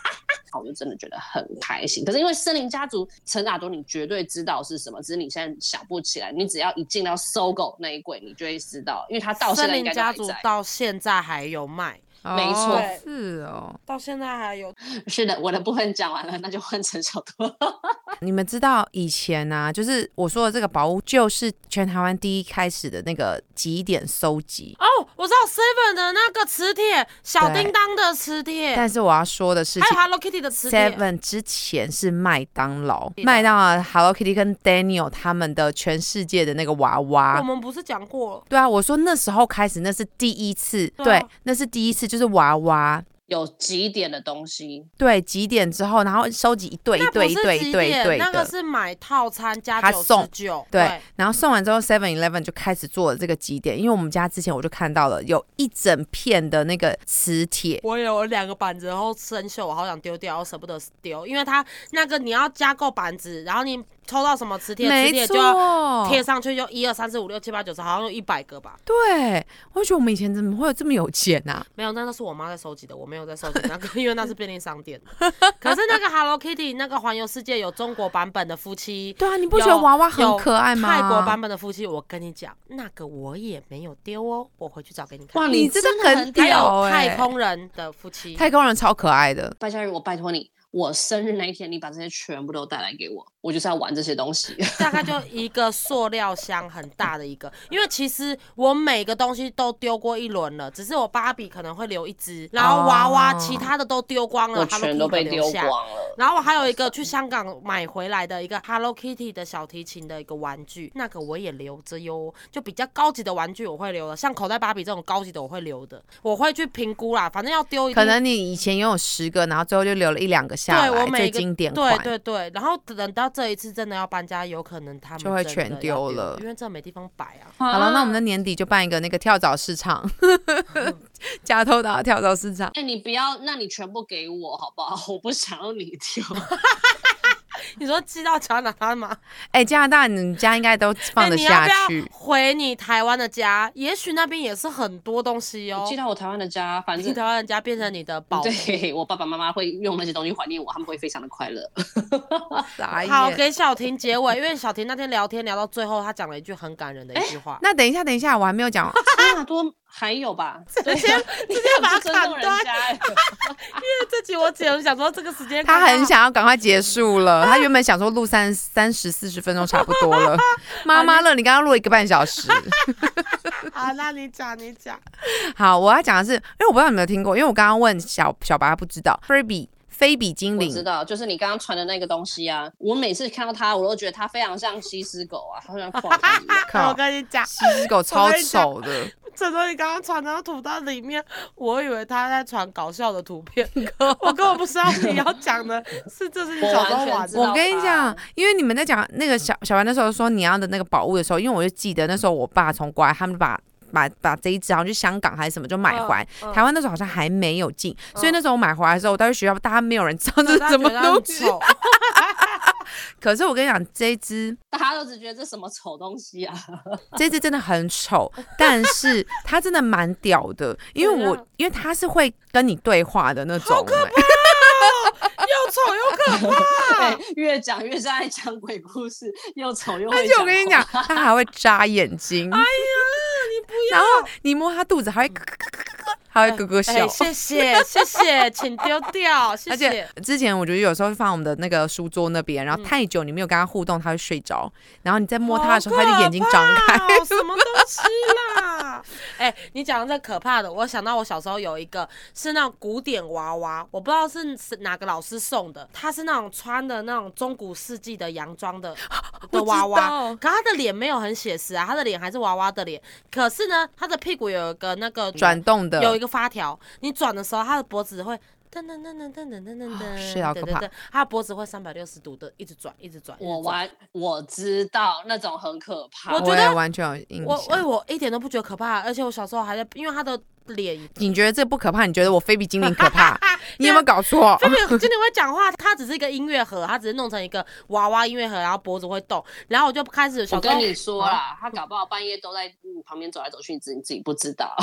Speaker 3: 我就真的觉得很开心。可是因为森林家族陈打多，你绝对知道是什么，只是你现在想不起来。你只要一进到搜狗那一柜，你就会知道，因为它到现
Speaker 2: 森
Speaker 3: 在应
Speaker 2: 林
Speaker 3: 该都
Speaker 2: 家
Speaker 3: 还
Speaker 2: 族
Speaker 3: 在。
Speaker 2: 到现在还有卖，
Speaker 3: 没错
Speaker 1: 哦是哦。
Speaker 2: 到现在还有。
Speaker 3: 是的，我的部分讲完了，那就换成小多。
Speaker 1: 你们知道以前啊，就是我说的这个宝物，就是全台湾第一开始的那个几点搜集。
Speaker 2: 哦，我知道 Seven 的那个磁铁，小
Speaker 1: 对
Speaker 2: 叮当的磁铁，
Speaker 1: 但是我要说的是，
Speaker 2: 还有 Hello Kitty 的磁铁。
Speaker 1: Seven 之前是麦当劳，
Speaker 2: 的
Speaker 1: 麦当劳 Hello Kitty 跟 Daniel 他们的全世界的那个娃
Speaker 2: 我
Speaker 1: 娃。
Speaker 2: 们不是讲过了？
Speaker 1: 对啊，我说那时候开始，那是第一次，
Speaker 2: 对啊
Speaker 1: 对，那是第一次，就是娃娃，
Speaker 3: 有几点的东西，
Speaker 1: 对，几点之后，然后收集一对一
Speaker 2: 那不
Speaker 1: 对一
Speaker 2: 是
Speaker 1: 对
Speaker 2: 几
Speaker 1: 一对一
Speaker 2: 点？
Speaker 1: 对
Speaker 2: 那个
Speaker 1: 的，
Speaker 2: 是买套餐加
Speaker 1: 他
Speaker 2: 九十
Speaker 1: 送
Speaker 2: 九，
Speaker 1: 对，然后送完之后，Seven Eleven 就开始做了这个几点，因为我们家之前我就看到了有一整片的那个磁铁，
Speaker 2: 我有两个板子，然后生锈，我好想丢掉，我舍不得丢，因为它那个你要加购板子，然后你抽到什么磁铁，磁
Speaker 1: 没
Speaker 2: 铁就要
Speaker 1: 错，
Speaker 2: 贴上去，就一二三四五六七八九十，好像有一百个吧。
Speaker 1: 对，我就觉得我们以前怎么会有这么有钱啊？
Speaker 2: 没有，那个是我妈在收集的，我没有在收集 那个，因为那是便利商店。可是那个 Hello Kitty 那个环游世界有中国版本的夫妻，
Speaker 1: 对啊，你不觉得
Speaker 2: 有
Speaker 1: 娃娃很可爱吗？
Speaker 2: 有泰国版本的夫妻，我跟你讲，那个我也没有丢哦，我回去找给你看。
Speaker 3: 哇，
Speaker 1: 你
Speaker 3: 真
Speaker 1: 真的很
Speaker 3: 很哎
Speaker 2: 还
Speaker 1: 屌
Speaker 2: 有
Speaker 1: 欸
Speaker 2: 太空人的夫妻，
Speaker 1: 太空人超可爱的，
Speaker 3: 拜家人，我拜托你，我生日那一天，你把这些全部都带来给我，我就是要玩这些东西。
Speaker 2: 大概就一个塑料箱很大的一个，因为其实我每个东西都丢过一轮了，只是我芭比可能会留一只，然后娃娃
Speaker 1: 哦
Speaker 2: 其他的都丢光了，
Speaker 3: 我
Speaker 2: Hello
Speaker 3: 全都
Speaker 2: Kitty
Speaker 3: 被
Speaker 2: 留
Speaker 3: 丢
Speaker 2: 下
Speaker 3: 光。了。
Speaker 2: 然后我还有一个去香港买回来的一个 Hello Kitty 的小提琴的一个玩具，那个我也留着哟。就比较高级的玩具我会留的，像口袋芭比这种高级的我会留的，我会去评估啦。反正要丢一定
Speaker 1: 可能你以前拥有十个，然后最后就留了一两个下来，
Speaker 2: 对我每
Speaker 1: 最
Speaker 2: 个
Speaker 1: 经典
Speaker 2: 对
Speaker 1: 款。
Speaker 2: 对对，然后等到这一次真的要搬家，有可能他们
Speaker 1: 就会
Speaker 2: 真的
Speaker 1: 全
Speaker 2: 要
Speaker 1: 丢了
Speaker 2: 因为这没地方摆啊。
Speaker 1: 好了，那我们
Speaker 3: 的
Speaker 1: 在年底就办一个那个跳蚤市 场，假头岛跳蚤市场。
Speaker 3: 哎、你不要，那你全部给我好不好？我 不想要你 丢。
Speaker 2: 你说寄到加拿大吗？
Speaker 1: 哎、加拿大你们家应该都放
Speaker 2: 哎
Speaker 1: 得
Speaker 2: 你要
Speaker 1: 下
Speaker 2: 不
Speaker 1: 去
Speaker 2: 要。回你台湾的家？也许那边也是很多东西哦
Speaker 3: 寄。到我台湾的家，反
Speaker 2: 你
Speaker 3: 正
Speaker 2: 台湾的家变成你的宝贝。
Speaker 3: 对我爸爸妈妈会用那些东西怀念我，他们会非常的快 乐。
Speaker 1: 傻眼
Speaker 2: 好，给小婷结尾，因为小婷那天聊天聊到最后，她讲了一句很感人的一句话。
Speaker 1: 那等一下，等一下，我还没有讲完。
Speaker 3: 差不啊多还有吧？对
Speaker 2: 直接
Speaker 3: 啊，你
Speaker 2: 直接
Speaker 3: 很
Speaker 2: 把它
Speaker 3: 不尊重
Speaker 2: 砍
Speaker 3: 人
Speaker 2: 断
Speaker 3: 家 哎。
Speaker 2: 因为这集我姐我想说这个时间刚
Speaker 1: 他
Speaker 2: 好，
Speaker 1: 很想要赶快结束了，他原本想说录三三十四十分钟差不多了。妈妈乐，你刚刚录了一个半小 时。
Speaker 2: 好，那你讲你讲，
Speaker 1: 好，我要讲的是，因为我不知道你有没有听过，因为我刚刚问小小白，他不知道。菲比，菲比精
Speaker 3: 我
Speaker 1: 灵
Speaker 3: 知道，就是你刚刚传的那个东西啊，我每次看到它，我都觉得它非常像西施狗啊，好像狂一样。
Speaker 1: 哦哎 靠
Speaker 2: 我跟你讲，
Speaker 1: 七只狗超丑的，
Speaker 2: 整个你刚刚传到吐到里面，我以为他在传搞笑的图 片，我根本不知道你要讲的是这是你小时候
Speaker 3: 我
Speaker 2: 玩
Speaker 3: 完全知
Speaker 2: 的
Speaker 3: 道。
Speaker 1: 我跟你讲
Speaker 3: 吧，
Speaker 1: 因为你们在讲那个小小白那时候说你要的那个宝物的时候，因为我就记得那时候我爸从国外他们把。把把这一只好像去香港还是什么就买回来，
Speaker 2: 嗯嗯
Speaker 1: 台湾那时候好像还没有进，所以那时候我买回来的时候，我带去学校，大家没有人知道这
Speaker 2: 大
Speaker 1: 是什
Speaker 2: 家
Speaker 1: 么
Speaker 2: 觉得他很
Speaker 1: 东西。
Speaker 2: 丑
Speaker 1: 可是我跟你讲，这一 只
Speaker 3: 大家都只觉得这什么丑东西啊！
Speaker 1: 这只真的很丑，但是它真的蛮屌的，因为
Speaker 2: 怎
Speaker 1: 我因为它是会跟你对话的那种、欸
Speaker 2: 又丑又可 嗯
Speaker 1: 哎
Speaker 3: 对， 越讲越像在讲鬼故事，又丑又会
Speaker 1: 而且我跟你讲
Speaker 3: 话，
Speaker 1: 它还会眨眼睛。哎呀，你不要！然后你摸它肚子，还会咯咯咯咯咯，还会咯咯
Speaker 2: 哎，
Speaker 1: 笑。
Speaker 2: 谢谢谢谢，请丢掉，谢
Speaker 1: 而且
Speaker 2: 谢。
Speaker 1: 之前我觉得有时候放我们的那个书桌那边，然后太久你没有跟它互动，它会睡着。然后你在摸它的时候，
Speaker 2: 好
Speaker 1: 它
Speaker 2: 可
Speaker 1: 就眼睛张 开。
Speaker 2: 怕哦什么东西啦？哎、你讲到这可怕的，我想到我小时候有一个是那种古典娃娃，我不知道是是哪个老师送的，他是那种穿的那种中古世纪的 洋装的的娃娃
Speaker 1: 我，
Speaker 2: 可他的脸没有很写实啊，他的脸还是娃娃的脸，可是呢，他的屁股有一个那个
Speaker 1: 转动的，
Speaker 2: 有一个发条，你转的时候，他的脖子会噔噔噔噔噔噔噔噔
Speaker 1: 啊
Speaker 2: 噔，
Speaker 1: 是好可怕
Speaker 2: 噔噔噔他脖子会三百六十度的一直转，一直转。一直
Speaker 3: 我
Speaker 2: 转，
Speaker 3: 玩我知道那种很可怕，
Speaker 2: 我觉
Speaker 1: 我
Speaker 2: 得
Speaker 1: 也完全有印
Speaker 2: 我哎，
Speaker 1: 象。
Speaker 2: 我一点都不觉得可怕，而且我小时候还在，因为他的脸
Speaker 1: 你觉得这不可怕？你觉得我菲比精灵可怕？
Speaker 3: 啊
Speaker 1: 你有没有搞错？
Speaker 2: 啊菲比经理会讲话，它只是一个音乐盒，它只是弄成一个娃娃音乐盒，然后脖子会动，然后我就开始
Speaker 3: 我
Speaker 2: 小时候
Speaker 3: 跟你说啦，他搞不好半夜都在你旁边走来走去，你自己自己不知道。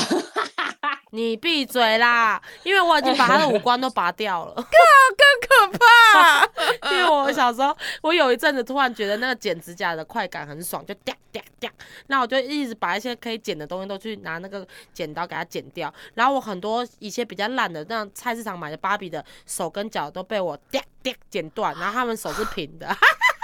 Speaker 2: 你闭嘴啦，因为我已经把他的五官都拔掉了，
Speaker 1: 更可怕！
Speaker 2: 因为
Speaker 1: 嗯
Speaker 2: 我小时候我有一阵子突然觉得那个剪指甲的快感很爽，就掉掉掉，那我就一直把一些可以剪的东西都去拿那个剪刀给它剪掉，然后我很多一些比较烂的，那菜市场买的芭比的手跟脚都被我掉掉剪断，然后他们手是平的，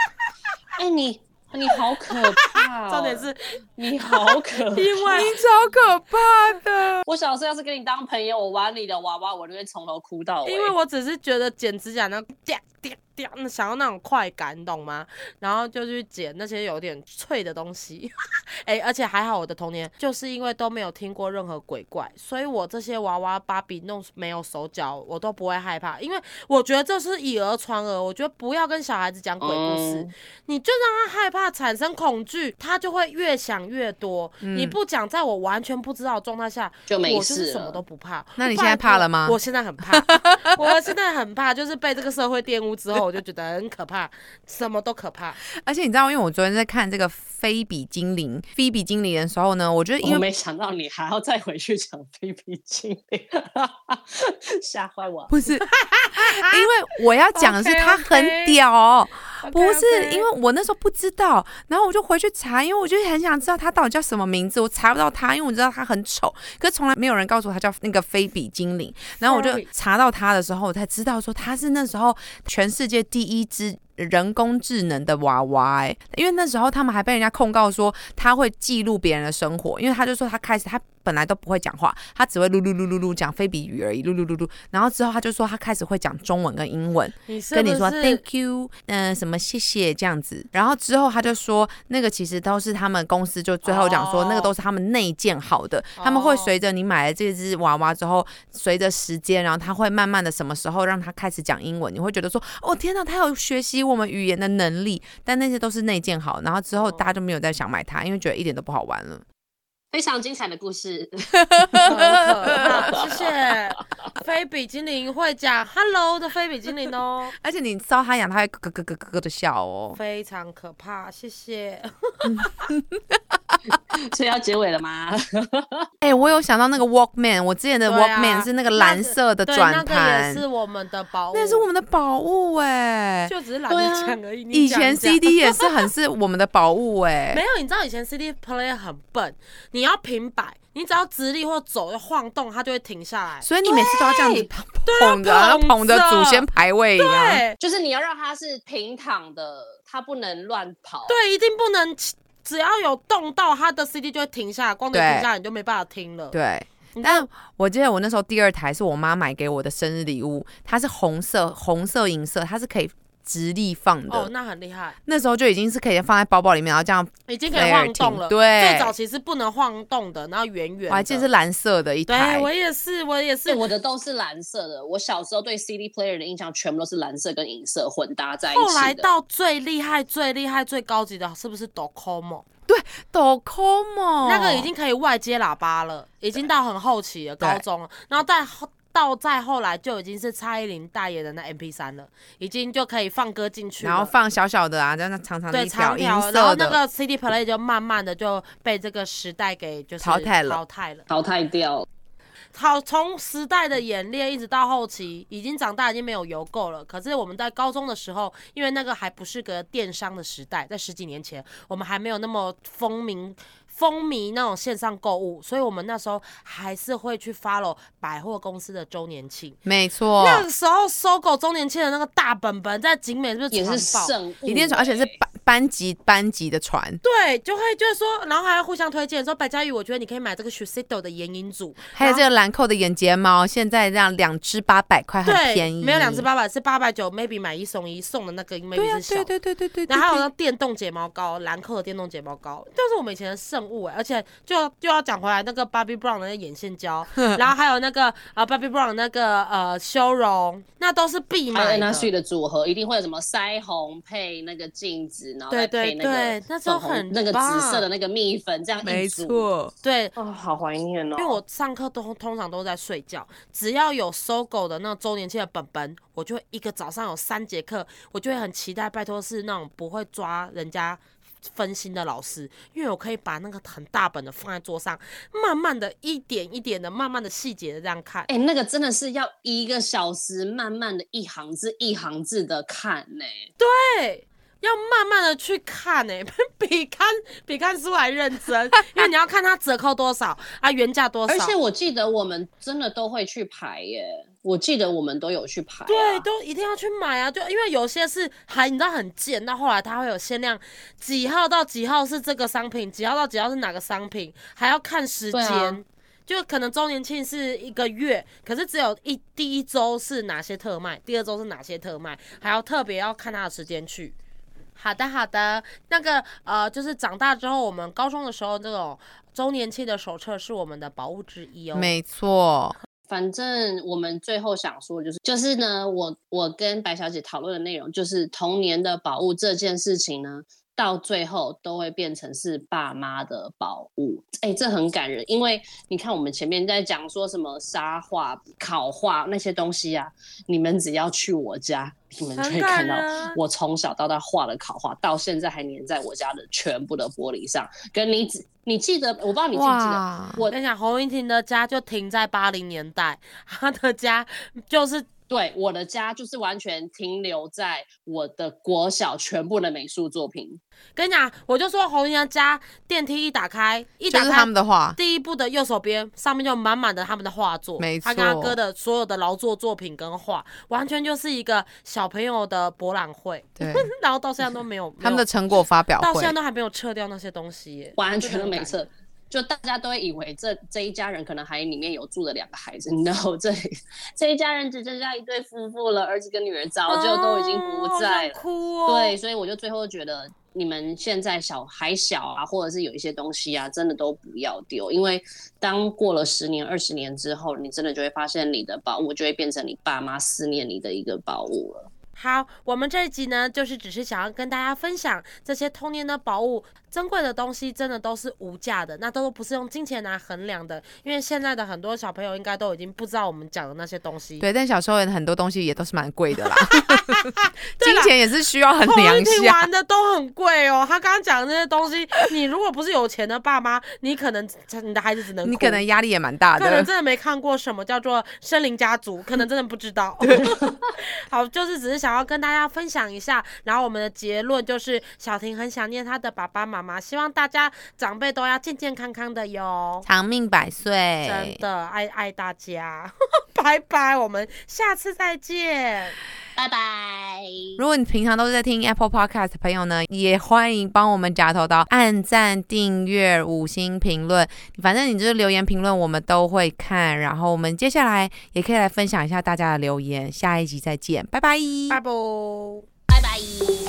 Speaker 3: 哎，你你好可怕、哦！
Speaker 2: 重点是
Speaker 3: 你好 可
Speaker 2: 因为
Speaker 3: 怕。
Speaker 1: 你超可怕的。
Speaker 3: 我小时候要是跟你当朋友，我玩你的娃娃，我就会从头哭到尾。欸
Speaker 2: 因为我只是觉得剪指甲那掉掉掉，那想要那种快感，你懂吗？然后就去剪那些有点脆的东西。 哎、而且还好我的童年就是因为都没有听过任何鬼怪，所以我这些娃娃芭比弄没有手脚，我都不会害怕，因为我觉得这是以讹传讹。我觉得不要跟小孩子讲鬼故事，
Speaker 3: 嗯
Speaker 2: 你就让他害怕，产生恐惧，他就会越想越多。你不讲，在我完全不知道的状态下，
Speaker 3: 嗯就没
Speaker 2: 我就是
Speaker 3: 事
Speaker 2: 什么
Speaker 3: 了
Speaker 2: 都不怕。
Speaker 1: 那你
Speaker 2: 拜
Speaker 1: 现在怕
Speaker 2: 托
Speaker 1: 了吗
Speaker 2: 我现在很 怕，我现在很怕，就是被这个社会玷污之后，我就觉得很可怕，什么都可怕。
Speaker 1: 而且你知道，因为我昨天在看这个菲比精灵、菲比精灵的时候呢，我觉得因
Speaker 3: 我
Speaker 1: 为
Speaker 3: 没想到你还要再回去讲菲比精灵， 吓坏我。
Speaker 1: 不是， 因为我要讲的是
Speaker 2: OK，OK
Speaker 1: 他很屌，不是
Speaker 2: OK，OK
Speaker 1: 因为我那时候不知道，然后我就回去查，因为我就很想知道他到底叫什么名字，我查不到他，因为我知道他很丑，可是从来没有人告诉我他叫那个菲比精灵，然后我就
Speaker 2: Sorry
Speaker 1: 查到他的时候，我才知道说他是那时候全世界第一只。人工智能的娃娃、欸，因为那时候他们还被人家控告说他会记录别人的生活，因为他就说他开始他本来都不会讲话，他只会噜噜噜噜噜讲非比语而已，噜噜噜噜，然后之后他就说他开始会讲中文跟英文，
Speaker 2: 你是
Speaker 1: 跟
Speaker 2: 不
Speaker 1: 你
Speaker 2: 是
Speaker 1: 说 thank you，嗯、什么谢谢这样子。然后之后他就说，那个其实都是他们公司就最后讲说，
Speaker 2: 哦
Speaker 1: 那个都是他们内建好的，他们会
Speaker 2: 哦
Speaker 1: 随着你买了这只娃娃之后，随着时间，然后他会慢慢的什么时候让他开始讲英文，你会觉得说，哦天哪，他有学习我们语言的能力，但那些都是内建好，然后之后
Speaker 2: 哦
Speaker 1: 大家就没有再想买它，因为觉得一点都不好玩了。
Speaker 3: 非常精彩的故事，
Speaker 2: 很可怕？谢谢。菲比精灵会讲 “hello” 的菲比精灵哦，
Speaker 1: 而且你搔它痒，它会咯咯咯咯咯咯的笑哦。
Speaker 2: 非常可怕。谢谢。
Speaker 3: 所以要结尾了吗？
Speaker 1: 哎、我有想到那个 Walkman，我之前的
Speaker 2: 对啊
Speaker 1: Walkman 是那个
Speaker 2: 那
Speaker 1: 蓝
Speaker 2: 个
Speaker 1: 色的
Speaker 2: 对，
Speaker 1: 转
Speaker 2: 那个
Speaker 1: 盘，
Speaker 2: 也是我们的宝物，
Speaker 1: 那也是我们的宝物哎、
Speaker 2: 哦就只是懒得
Speaker 3: 对啊
Speaker 2: 讲而已。你
Speaker 1: 以
Speaker 2: 讲
Speaker 1: 前
Speaker 2: 一下
Speaker 1: CD 也是很是我们的宝物哎、
Speaker 2: 没有，你知道以前 CD player 很笨，你要平摆，你只要直立或走就晃动，它就会停下来。
Speaker 1: 所以你每次都要这样子捧着，
Speaker 2: 对
Speaker 1: 然
Speaker 2: 啊
Speaker 1: 后捧
Speaker 2: 捧着
Speaker 1: 着祖先牌位一样。
Speaker 2: 对
Speaker 3: 就是你要让它是平躺的，它不能乱跑。
Speaker 2: 对，一定不能，只要有动到它的 CD 就会停下来，光着
Speaker 1: 对
Speaker 2: 停下来你就没办法听了。
Speaker 1: 对
Speaker 2: 你。知
Speaker 1: 但我记得我那时候第二台是我妈买给我的生日礼物，它是红色、红色、银色，它是可以直立放的。
Speaker 2: 哦，那很厉害，
Speaker 1: 那时候就已经是可以放在包包里面，然后这样。
Speaker 2: 已经可以
Speaker 1: player
Speaker 2: 晃动了。
Speaker 1: 听对
Speaker 2: 最早其实不能晃动的，然后圆圆的。
Speaker 1: 我还记得是蓝色的一台
Speaker 2: 对，我也是，我也是
Speaker 3: 对，。我的都是蓝色的。我小时候对 CD player 的印象全部都是蓝色跟银色混搭在一起
Speaker 2: 后
Speaker 3: 的。
Speaker 2: 来到最厉害、最厉害、最高级的是不是 Docomo？、
Speaker 1: ，Docomo
Speaker 2: 那个已经可以外接喇叭了，已经到很后期了，
Speaker 1: 对
Speaker 2: 高中了。然后再后到再后来就已经是蔡依林代言的那 MP 三了，已经就可以放歌进去了，
Speaker 1: 然后放小小的啊，这样长长的
Speaker 2: 对
Speaker 1: 一条
Speaker 2: 长
Speaker 1: 银
Speaker 2: 条，然后
Speaker 1: 色
Speaker 2: 那
Speaker 1: 的，
Speaker 2: 个 CD play 就慢慢的就被这个时代给就是
Speaker 1: 淘汰了
Speaker 2: 淘汰了。
Speaker 3: 淘汰掉，
Speaker 2: 好，从时代的演练一直到后期，已经长大，已经没有邮购了。可是我们在高中的时候，因为那个还不是个电商的时代，在十几年前，我们还没有那么风靡。风靡那种线上购物，所以我们那时候还是会去 follow 百货公司的周年庆。
Speaker 1: 没错，
Speaker 2: 那个时候搜狗周年庆的那个大本本在景美是不是
Speaker 3: 也是
Speaker 2: 传爆？
Speaker 3: 圣物欸，
Speaker 1: 一定是，而且是百班级班级的传，
Speaker 2: 对，就会就是说，然后还要互相推荐，说白佳宇，我觉得你可以买这个 Shiseido 的眼影组，
Speaker 1: 还有这个兰蔻的眼睫毛，现在这样两支八百块很
Speaker 2: 对
Speaker 1: 便宜，
Speaker 2: 没有两只八百是八百九，maybe 买一送一，送的那个 maybe
Speaker 1: 对呀、
Speaker 2: 是
Speaker 1: 啊，对
Speaker 2: 小
Speaker 1: 对对对对对，
Speaker 2: 然后还有
Speaker 1: 对
Speaker 2: 那电动睫毛膏，兰蔻的电动睫毛膏，就是我们以前的圣物哎、而且就就要讲回来那个 Bobbi Brown 的那眼 线胶，然后还有那个呃 Bobbi Brown 的那个呃修容，那都是必
Speaker 3: 还有
Speaker 2: 买
Speaker 3: N
Speaker 2: 的。
Speaker 3: H 的组合，一定会有什么腮红配那个镜子，然后再
Speaker 2: 对对
Speaker 3: 配那个
Speaker 2: 对那时候
Speaker 3: 粉红
Speaker 2: 很
Speaker 3: 那个
Speaker 2: 棒
Speaker 3: 紫色的那个蜜粉，这样
Speaker 1: 没
Speaker 3: 一组。
Speaker 1: 错，
Speaker 2: 对，
Speaker 3: 哦，好怀念哦！
Speaker 2: 因为我上课都通常都在睡觉，只要有搜狗的那种周年庆的本本，我就会一个早上有三节课，我就会很期待，拜托是那种不会抓人家。分心的老师，因为我可以把那个很大本的放在桌上，慢慢的一点一点的，慢慢的细节的这样看。
Speaker 3: 哎、那个真的是要一个小时，慢慢的一行字一行字的看呢、
Speaker 2: 对，哎要慢慢的去看诶、 比看比看书还认真，因为你要看它折扣多少啊，原价多少。
Speaker 3: 而且我记得我们真的都会去排耶、我记得我们都有去排、啊。
Speaker 2: 对，都一定要去买啊！就因为有些是还你知道很贱，到后来它会有限量，几号到几号是这个商品，几号到几号是哪个商品，还要看时
Speaker 3: 对
Speaker 2: 间。
Speaker 3: 啊
Speaker 2: 就可能周年庆是一个月，可是只有一第一周是哪些特卖，第二周是哪些特卖，还要特别要看它的时间去。好的，好的，那个呃，就是长大之后，我们高中的时候这种周年庆的手册是我们的宝物之一哦。
Speaker 1: 没错，
Speaker 3: 反正我们最后想说的就是，就是呢，我我跟白小姐讨论的内容就是童年的宝物这件事情呢，到最后都会变成是爸妈的宝物。哎，这很感人，因为你看我们前面在讲说什么沙画、烤画那些东西啊，你们只要去我家，你们就
Speaker 2: 很
Speaker 3: 会
Speaker 2: 感
Speaker 3: 看到
Speaker 2: 人，
Speaker 3: 我从小到大画的烤画，到现在还粘在我家的全部的玻璃上。跟你只你记得，我不知道你记不记得，
Speaker 1: 哇，
Speaker 2: 我
Speaker 3: 我
Speaker 2: 跟你讲，侯云婷的家就停在八零年代，她的家就是
Speaker 3: 对，我的家就是完全停留在我的国小全部的美术作品。
Speaker 2: 跟你讲，我就说侯云婷的家电梯一打开，一
Speaker 1: 就
Speaker 2: 打
Speaker 1: 是他
Speaker 2: 开
Speaker 1: 们的话，
Speaker 2: 第一步的右手边上面就满满的他们的画作，
Speaker 1: 没
Speaker 2: 他跟他
Speaker 1: 错
Speaker 2: 哥的所有的劳作作品跟画，完全就是一个小朋友的博览会，
Speaker 1: 对，
Speaker 2: 然后到现在都没有
Speaker 1: 他们
Speaker 2: 没有
Speaker 1: 的成果发表
Speaker 2: 到
Speaker 1: 会
Speaker 2: 现在，都还没有撤掉那些东西耶，
Speaker 3: 完全
Speaker 2: 真的
Speaker 3: 都
Speaker 2: 很
Speaker 3: 没
Speaker 2: 感
Speaker 3: 错
Speaker 2: 人。
Speaker 3: 就大家都会以为这这一家人可能还里面有住着两个孩子， 然后这里这一家人只剩下一对夫妇了，儿子跟女儿早就都已经
Speaker 2: 哦
Speaker 3: 不
Speaker 2: 好
Speaker 3: 在
Speaker 2: 想
Speaker 3: 了。
Speaker 2: 哭哦，
Speaker 3: 对，所以我就最后觉得，你们现在小还小啊，或者是有一些东西啊，真的都不要丢，因为当过了十年、二十年之后，你真的就会发现你的宝物就会变成你爸妈思念你的一个宝物了。
Speaker 2: 好，我们这一集呢，就是只是想要跟大家分享这些童年的宝物，珍贵的东西真的都是无价的，那都不是用金钱来衡量的。因为现在的很多小朋友应该都已经不知道我们讲的那些东西。
Speaker 1: 对，但小时候很多东西也都是蛮贵的啦，
Speaker 2: 对啦
Speaker 1: 金钱也是需要衡
Speaker 2: 红
Speaker 1: 量一
Speaker 2: 婷
Speaker 1: 下，
Speaker 2: 玩的都很贵哦，他刚刚讲的那些东西，你如果不是有钱的爸妈，你可能你的孩子只能
Speaker 1: 你
Speaker 2: 哭
Speaker 1: 可能压力也蛮大
Speaker 2: 可能
Speaker 1: 的，
Speaker 2: 真的没看过什么叫做森林家族，可能真的不知道。 好，就是只是想要跟大家分享一下，然后我们的结论就是小婷很想念她的爸爸妈妈，希望大家长辈都要健健康康的哟。
Speaker 1: 长命百岁，
Speaker 2: 真的爱爱大家， 拜拜，我们下次再见。
Speaker 3: 拜拜。
Speaker 1: 如果你平常都是在听 Apple Podcast 的朋友呢，也欢迎帮我们夹头刀按赞、订阅、五星评论，反正你就是留言评论，我们都会看。然后我们接下来也可以来分享一下大家的留言，下一集再见，拜拜，
Speaker 2: 拜拜。
Speaker 3: 拜拜。